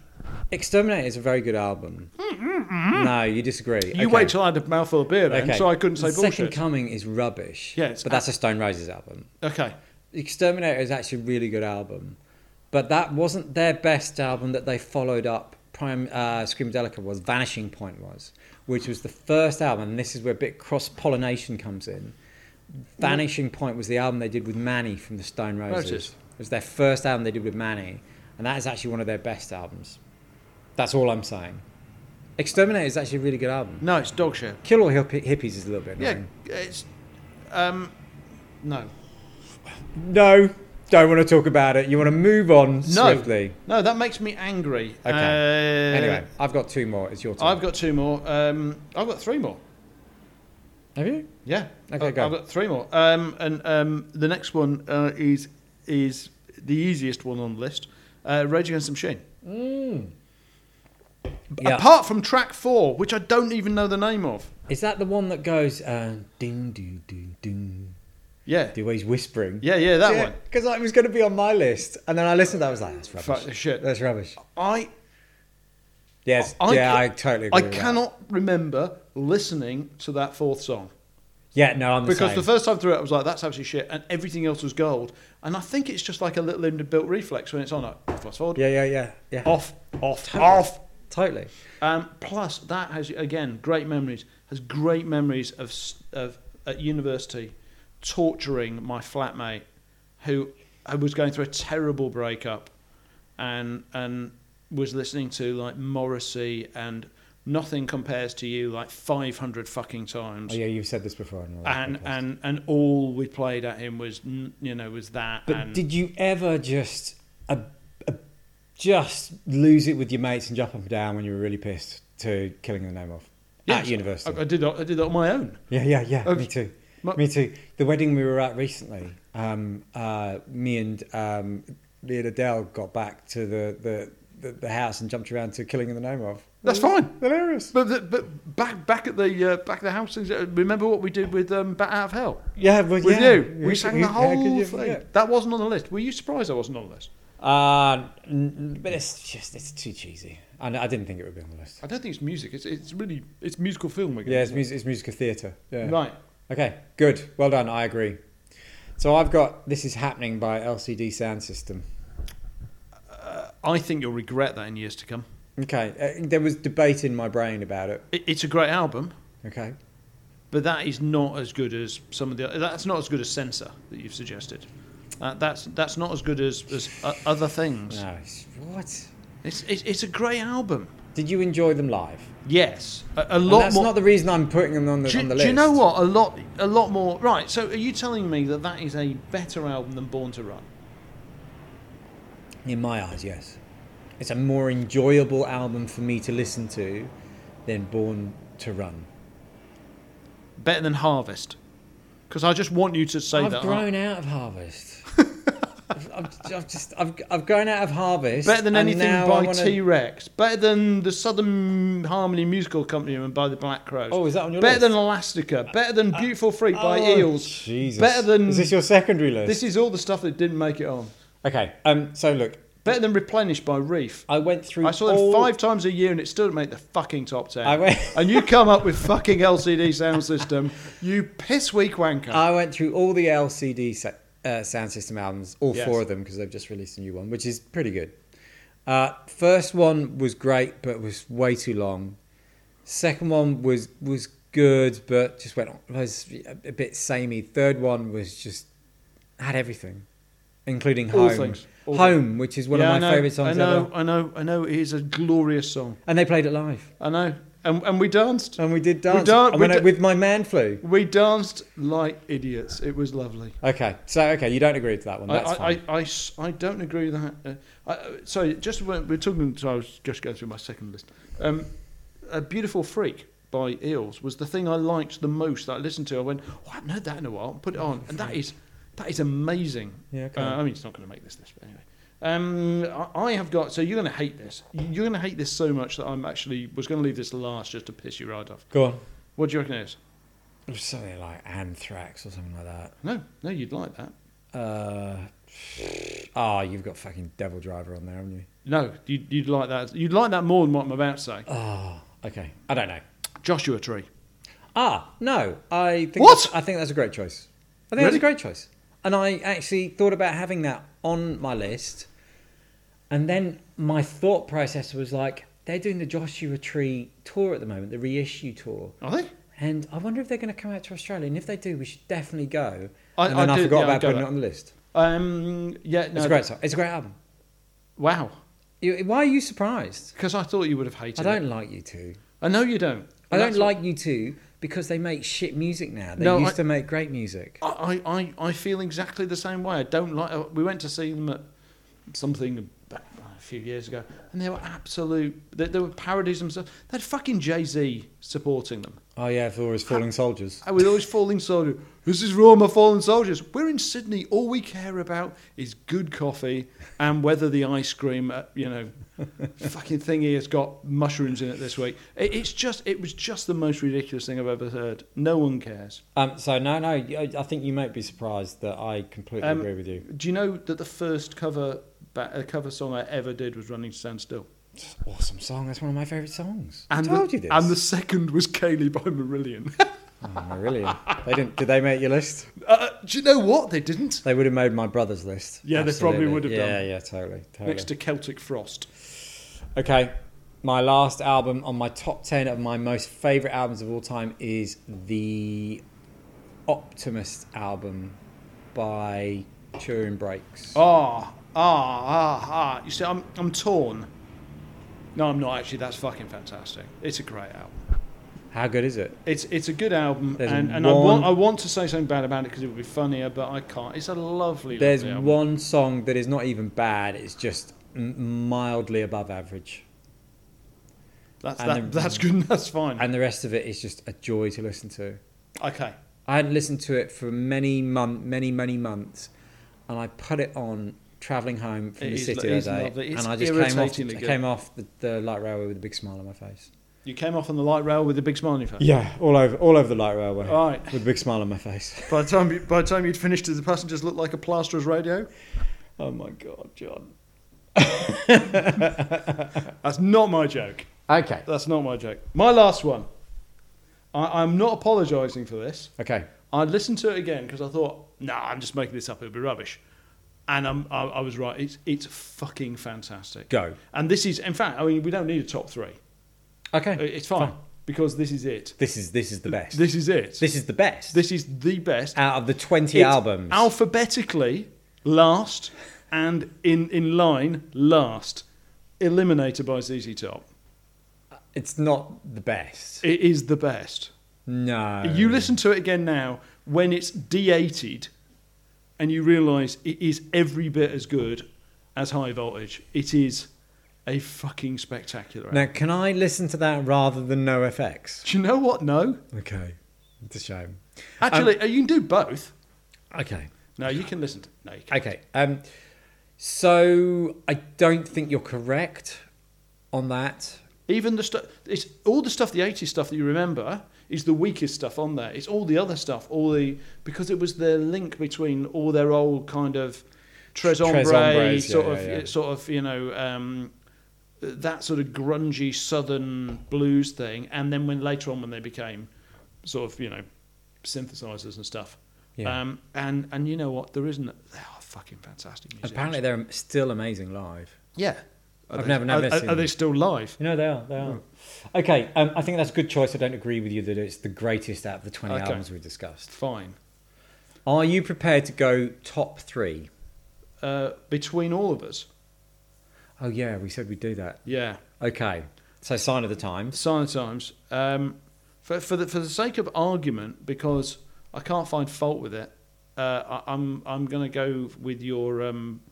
Exterminator is a very good album. No, you disagree.
Mm-hmm. You wait till I had a mouthful of beer then, so I couldn't say bullshit.
Second Coming is rubbish.
Yeah, it's
but that's a Stone Roses album.
okay.
Exterminator is actually a really good album, but that wasn't their best album that they followed up. Prime uh, Screamadelica was Vanishing Point was, which was the first album. And this is where a bit cross pollination comes in. Vanishing Point was the album they did with Manny from the Stone Roses.
Roses.
It was their first album they did with Manny, and that is actually one of their best albums. That's all I'm saying. Exterminator is actually a really good album.
No, it's dog shit.
Kill All Hipp- Hippies is a little bit
Yeah,
annoying.
it's. Um, no.
No, don't want to talk about it. You want to move on swiftly.
No, that makes me angry.
Okay.
Uh,
Anyway, I've got two more. It's your turn.
I've got two more. Um, I've got three more.
Have you?
Yeah.
Okay,
I-
go.
I've got three more. Um, and um, the next one uh, is is the easiest one on the list. Uh, Rage Against the Machine.
Mm. Yeah.
Apart from track four, which I don't even know the name of.
Is that the one that goes uh, ding doo doo ding?
Yeah.
The way he's whispering.
Yeah, yeah, that one.
Because I was going to be on my list, and then I listened. to that, I was like, that's rubbish.
Fuck the shit.
That's rubbish.
I
Yes.
I
yeah,
ca-
I totally. agree
I
with that.
cannot remember listening to that fourth song.
Yeah, no, I'm the
Because
same.
the first time through it, I was like, that's absolutely shit. And everything else was gold. And I think it's just like a little inbuilt reflex when it's on, like, fast forward,
yeah, yeah, yeah, yeah.
off, off,
Totally.
off.
Totally.
Um, plus, that has, again, great memories, has great memories of, s- of at university torturing my flatmate who I was going through a terrible breakup and, and was listening to like Morrissey and Nothing Compares to You like 500 fucking times
Oh yeah, you've said this before. on another
and
podcast.
and and all we played at him was n- you know was that
But
and
did you ever just uh, uh, just lose it with your mates and jump up and down when you were really pissed to killing the name off
Yes,
at university?
I, I did that- I did that on my own
Yeah, yeah, yeah.
Oh,
me too.
my-
me too. The wedding we were at recently, um, uh, me and um, me and Adele got back to the, the, the, the house and jumped around to Killing in the Name of.
that's fine
Hilarious.
but the, but back back at the uh, back of the house uh, remember what we did with um, Bat Out of Hell
Yeah, but
with
yeah.
you we sang the
yeah, could
whole
you
thing
forget?
that wasn't on the list were you surprised I wasn't on the list
Uh, n- but it's just it's too cheesy. I, I didn't think it would be on the list.
I don't think it's music it's it's really it's musical film again
Yeah, it's, music, it's musical theatre. Yeah.
right
Okay, good. Well done. I agree. So I've got This Is Happening by LCD Sound System.
I think you'll regret that in years to come
Okay, uh, there was debate in my brain about it.
it, it's a great album
Okay.
but that is not as good as some of the. That's not as good as Sensor that you've suggested. Uh, that's that's not as good as, as uh, other things.
No, it's- what?
It's, it's it's a great album.
Did you enjoy them live?
Yes, a, a
And
lot
that's
more.
not the reason I'm putting them on the,
do,
on the
do
list.
you know what? A lot a lot more. Right. So are you telling me that that is a better album than Born to Run?
In my eyes, yes. It's a more enjoyable album for me to listen to than Born to Run.
Better than Harvest? Because I just want you to say
I've
that.
grown out of Harvest. I've, I've, I've just I've, I've grown out of Harvest.
Better than
and
anything
now I
by
wanna-
T Rex. Better than the Southern Harmony Musical Company and by the Black Crows.
Oh, is that on your list?
Better than Elastica. Better than Beautiful Freak by
Oh,
Eels.
Jesus.
Better than
Is this your secondary list?
This is all the stuff that didn't make it on.
Okay. Um. So look,
Better than replenished by Reef.
I went through.
I saw them
all,
five times a year and it still didn't make the fucking top ten.
I went-
and you come up with fucking LCD sound system, you piss weak wanker.
I went through all the LCD sa- uh, sound system albums, all
Yes.
four of them, because they've just released a new one, which is pretty good. Uh, first one was great, but was way too long. Second one was was good, but just went on, was a bit samey. Third one was just had everything, including
All
home.
things. All
home, which is one
Yeah,
of my
I know,
favorite songs
I know,
ever,
I know, I know. It is a glorious song.
and they played it live,
I know. And, and we danced.
and we did dance.
dan-
I
we
went
da-
out with my man flu.
We danced like idiots. It was lovely.
Okay, so okay, you don't agree with that one.
I,
That's
I,
fine.
I- I s- I don't agree with that. Uh, I, uh, sorry, just when we're talking, so I was just going through my second list. Um, a Beautiful Freak by Eels was the thing I liked the most that I listened to. I went, oh, I haven't heard that in a while. Put it on. And that is that is amazing.
Yeah, okay.
Uh, I mean, it's not going to make this list, but anyway. Um, I, I have got, so you're going to hate this. You're going to hate this so much that I'm actually was going to leave this last just to piss you right off.
Go on.
What do you reckon it is?
It was something like Anthrax or something like that.
No, no, you'd like that.
Uh, ah, you've got fucking Devil Driver on there, haven't you?
No, you'd, you'd like that. You'd like that more than what I'm about to say.
Ah, okay. I don't know.
Joshua Tree.
Ah, no. I think
What?
that's- I think that's a great choice. I think
Really?
that's a great choice. And I actually thought about having that on my list, and then my thought process was like, they're doing the Joshua Tree tour at the moment, the reissue tour,
Are they?
and I wonder if they're going to come out to Australia. And if they do, we should definitely go.
I-
and
I
then I,
do-
forgot
yeah, I'd
about
go
putting
that.
it on the list.
Um, yeah, no.
It's a great song. It's a great album.
Wow.
You- Why are you surprised?
Because I thought you would have hated
I don't
it.
like you two.
I know you don't.
I
And
don't
that's what-
like you two because they make shit music now. They
No,
used
I-
to make great music.
I, I, I, I feel exactly the same way. I don't like. uh, We went to see them at something back a few years ago, and they were absolute. They, they were parodies themselves. They had fucking Jay Z supporting them.
Oh yeah, for his Falling Soldiers.
And with all these falling soldiers, this is raw, my fallen soldiers. We're in Sydney. All we care about is good coffee and whether the ice cream, uh, you know, fucking thingy has got mushrooms in it this week. It, it's just, it was just the most ridiculous thing I've ever heard. No one cares.
Um, so no, no, you- I I think you might be surprised that I completely
Um,
agree with you.
Do you know that the first cover, ba- uh, cover song I ever did was "Running to Stand Still"?
It's an awesome song. That's one of my favourite songs. I
the,
told you this.
And the second was "Kaylee" by Marillion.
Oh, really? They didn't. Did they make your list?
uh, do you know what? They didn't.
They would have made my brother's list.
Yeah, they probably
Absolutely.
would have
Yeah,
done.
Oh, yeah, totally, totally.
Next to Celtic Frost.
Okay, my last album on my top 10 of my most favourite albums of all time is the Optimist album by Turin Breaks.
Ah, ah, ah, ah. You see, I'm, I'm torn. No, I'm not actually. That's fucking fantastic. It's a great album.
How good is it?
It's it's a good album,
There's
and, and I
one-
want I want to say something bad about it because it would be funnier, but I can't. It's a lovely.
There's
lovely album.
one song that is not even bad, it's just m- mildly above average.
That's
and
that,
the-
that's good. That's fine.
And the rest of it is just a joy to listen to.
okay.
I hadn't listened to it for many month, many many months, and I put it on traveling home from
It
the
is
city
lo- it
that
is
day,
lovely. It's
and I just came off,
irritatingly
I
good.
came off the, the light railway with a big smile on my face.
You came off on the light rail with a big smile on your face.
Yeah, all over all over the light railway
All right.
with a big smile on my face.
By the time you, by the time you'd finished, did the passengers look like a plasterer's radio?
Oh my god, John.
That's not my joke.
Okay.
That's not my joke. My last one. I, I'm not apologising for this.
Okay.
I listened to it again because I thought, nah, I'm just making this up. It'll be rubbish. And I'm, I, I was right. It's, it's fucking fantastic.
Go.
And this is, in fact, I mean, we don't need a top three.
Okay.
It's fine, because this is it.
This is this is the best. This,
This is it.
is the best.
this is the best.
out of the twenty
It's
albums.
Alphabetically, last, and in, in line, last. Eliminated by ZZ Top.
it's not the best.
It is the best.
no.
You listen to it again now when it's de-ated, and you realise it is every bit as good as High Voltage. It is a fucking spectacular. album.
now can I listen to that rather than no FX?
Do you know what? No,
Okay. It's a shame.
actually, uh you can do both.
Okay.
No, you can listen. To, no, you can.
Okay. Um, so I don't think you're correct on that.
Even the stuff. It's all the stuff, the '80s stuff that you remember is the weakest stuff on there. It's all the other stuff, all the because it was their link between all their old kind of Tres
Tres
Ombre,
Hombres, yeah,
sort
yeah,
of,
yeah.
sort of, you know, um, that sort of grungy southern blues thing. And then when later on, when they became sort of, you know, synthesizers and stuff.
Yeah.
Um, and and you know what? There isn't. They are fucking fantastic music.
Apparently, they're still amazing live.
yeah. Are
I've never- never
are- are,
seen
are they
them.
still live?
You know they are. They are. Okay, um, I think that's a good choice. I don't agree with you that it's the greatest out of the twenty
Okay.
albums we discussed.
Fine.
Are you prepared to go top three?
Uh, between all of us.
Oh yeah, we said we'd do that.
Yeah.
Okay, so sign of the times.
Sign of the Times. Um, for, for, the, for the sake of argument, because I can't find fault with it, uh, I, I'm, I'm going to go with your, um,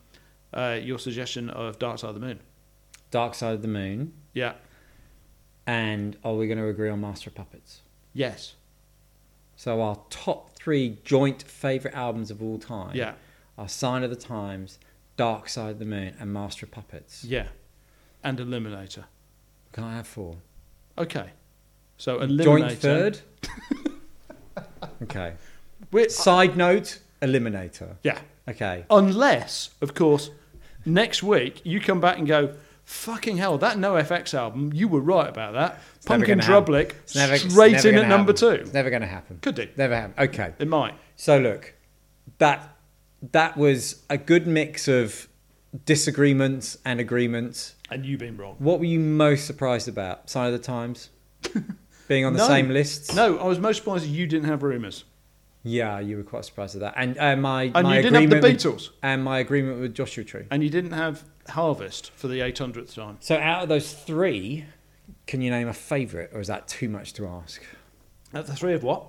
uh, your suggestion of Dark Side of the Moon.
Dark Side of the Moon,
Yeah.
and are we going to agree on Master of Puppets?
Yes.
So our top three joint favorite albums of all time.
Yeah.
Are Sign of the Times, Dark Side of the Moon, and Master of Puppets.
Yeah. And Eliminator.
Can I have four?
Okay. So Eliminator.
Joint third. okay.
We're-
Side note: Eliminator.
yeah.
Okay.
Unless, of course, next week you come back and go, fucking hell, that No FX album, you were right about that.
never
Pumpkin
gonna happen.
Drublick,
It's never- it's
straight
never
in at
gonna
number
happen.
two.
It's never going to happen.
Could do.
Never happen. Okay.
It might.
So look, that that was a good mix of disagreements and agreements.
And you've been wrong.
What were you most surprised about? Sign of the Times being on the
No.
same lists.
No, I was most surprised you didn't have rumours.
Yeah, you were quite surprised at that. And uh, my
And
my
you didn't have the
agreement with-
Beatles.
and my agreement with Joshua Tree.
And you didn't have Harvest for the 800th time.
So out of those three, can you name a favourite, or is that too much to ask?
At the three of what?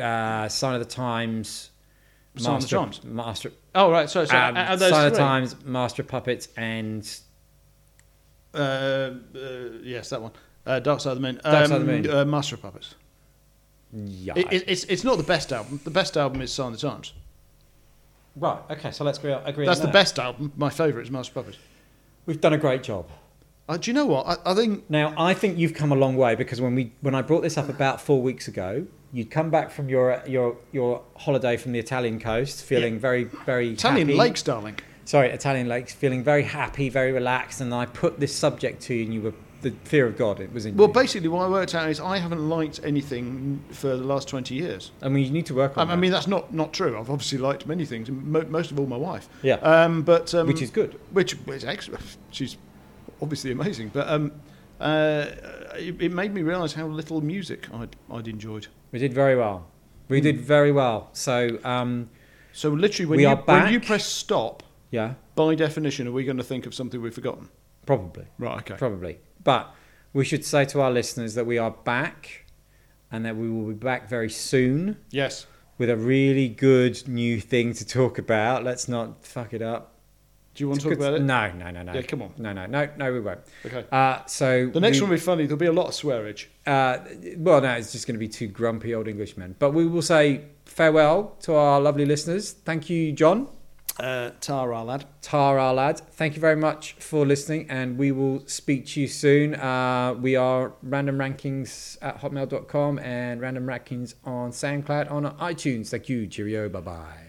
Uh, Sign of the Times.
Sign of
Master-
the Times.
Master,
Oh, right. So, so
um,
out of those
Sign of
three.
the Times, Master of Puppets, and
Uh, uh, yes, that one. Uh, Dark Side of the Moon.
Dark Side of the
Um,
Moon.
Uh, Master of Puppets.
yeah.
It, it, it's, it's not the best album. The best album is Sign of the Times.
Right. Okay. So let's agree. agree
That's
on that.
the best album. My favourite is Master of Puppets.
We've done a great job.
Uh, do you know what? I, I think
Now I think you've come a long way because when we when I brought this up about four weeks ago, you'd come back from your your your holiday from the Italian coast, feeling very very
Italian
happy.
Lakes, darling.
Sorry, Italian lakes, feeling very happy, very relaxed, and I put this subject to you, and you were the fear of God. It was in
Well,
you.
basically, what I worked out is I haven't liked anything for the last 20 years.
I mean, you need to work
I,
on.
I mean, that's not, not true. I've obviously liked many things, mo- most of all my wife.
that. yeah,
Um, but um,
which is good.
which is excellent. She's obviously amazing, but um, uh, it, it made me realise how little music I'd, I'd enjoyed.
We did very well. We
Hmm.
did very well. So um,
So literally, when
We
you
are
when you
back.
press stop,
yeah,
by definition, are we going to think of something we've forgotten?
probably.
Right. Okay.
Probably. But we should say to our listeners that we are back and that we will be back very soon
Yes.
with a really good new thing to talk about. Let's not fuck it up.
Do you want to
It's
talk
good-
about it?
No, no, no, no.
Yeah, come on.
No, no, no, no, we won't.
Okay.
Uh, so
The next
we-
one will be funny. There'll be a lot of swearage.
uh, well, no, it's just going to be two grumpy old Englishmen. But we will say farewell to our lovely listeners. Thank you, John,
Uh, Tara, lad.
Tar, our lad. Thank you very much for listening, and we will speak to you soon. Uh, we are random rankings at hotmail.com and random rankings on SoundCloud on iTunes. Thank you. Cheerio. Bye bye.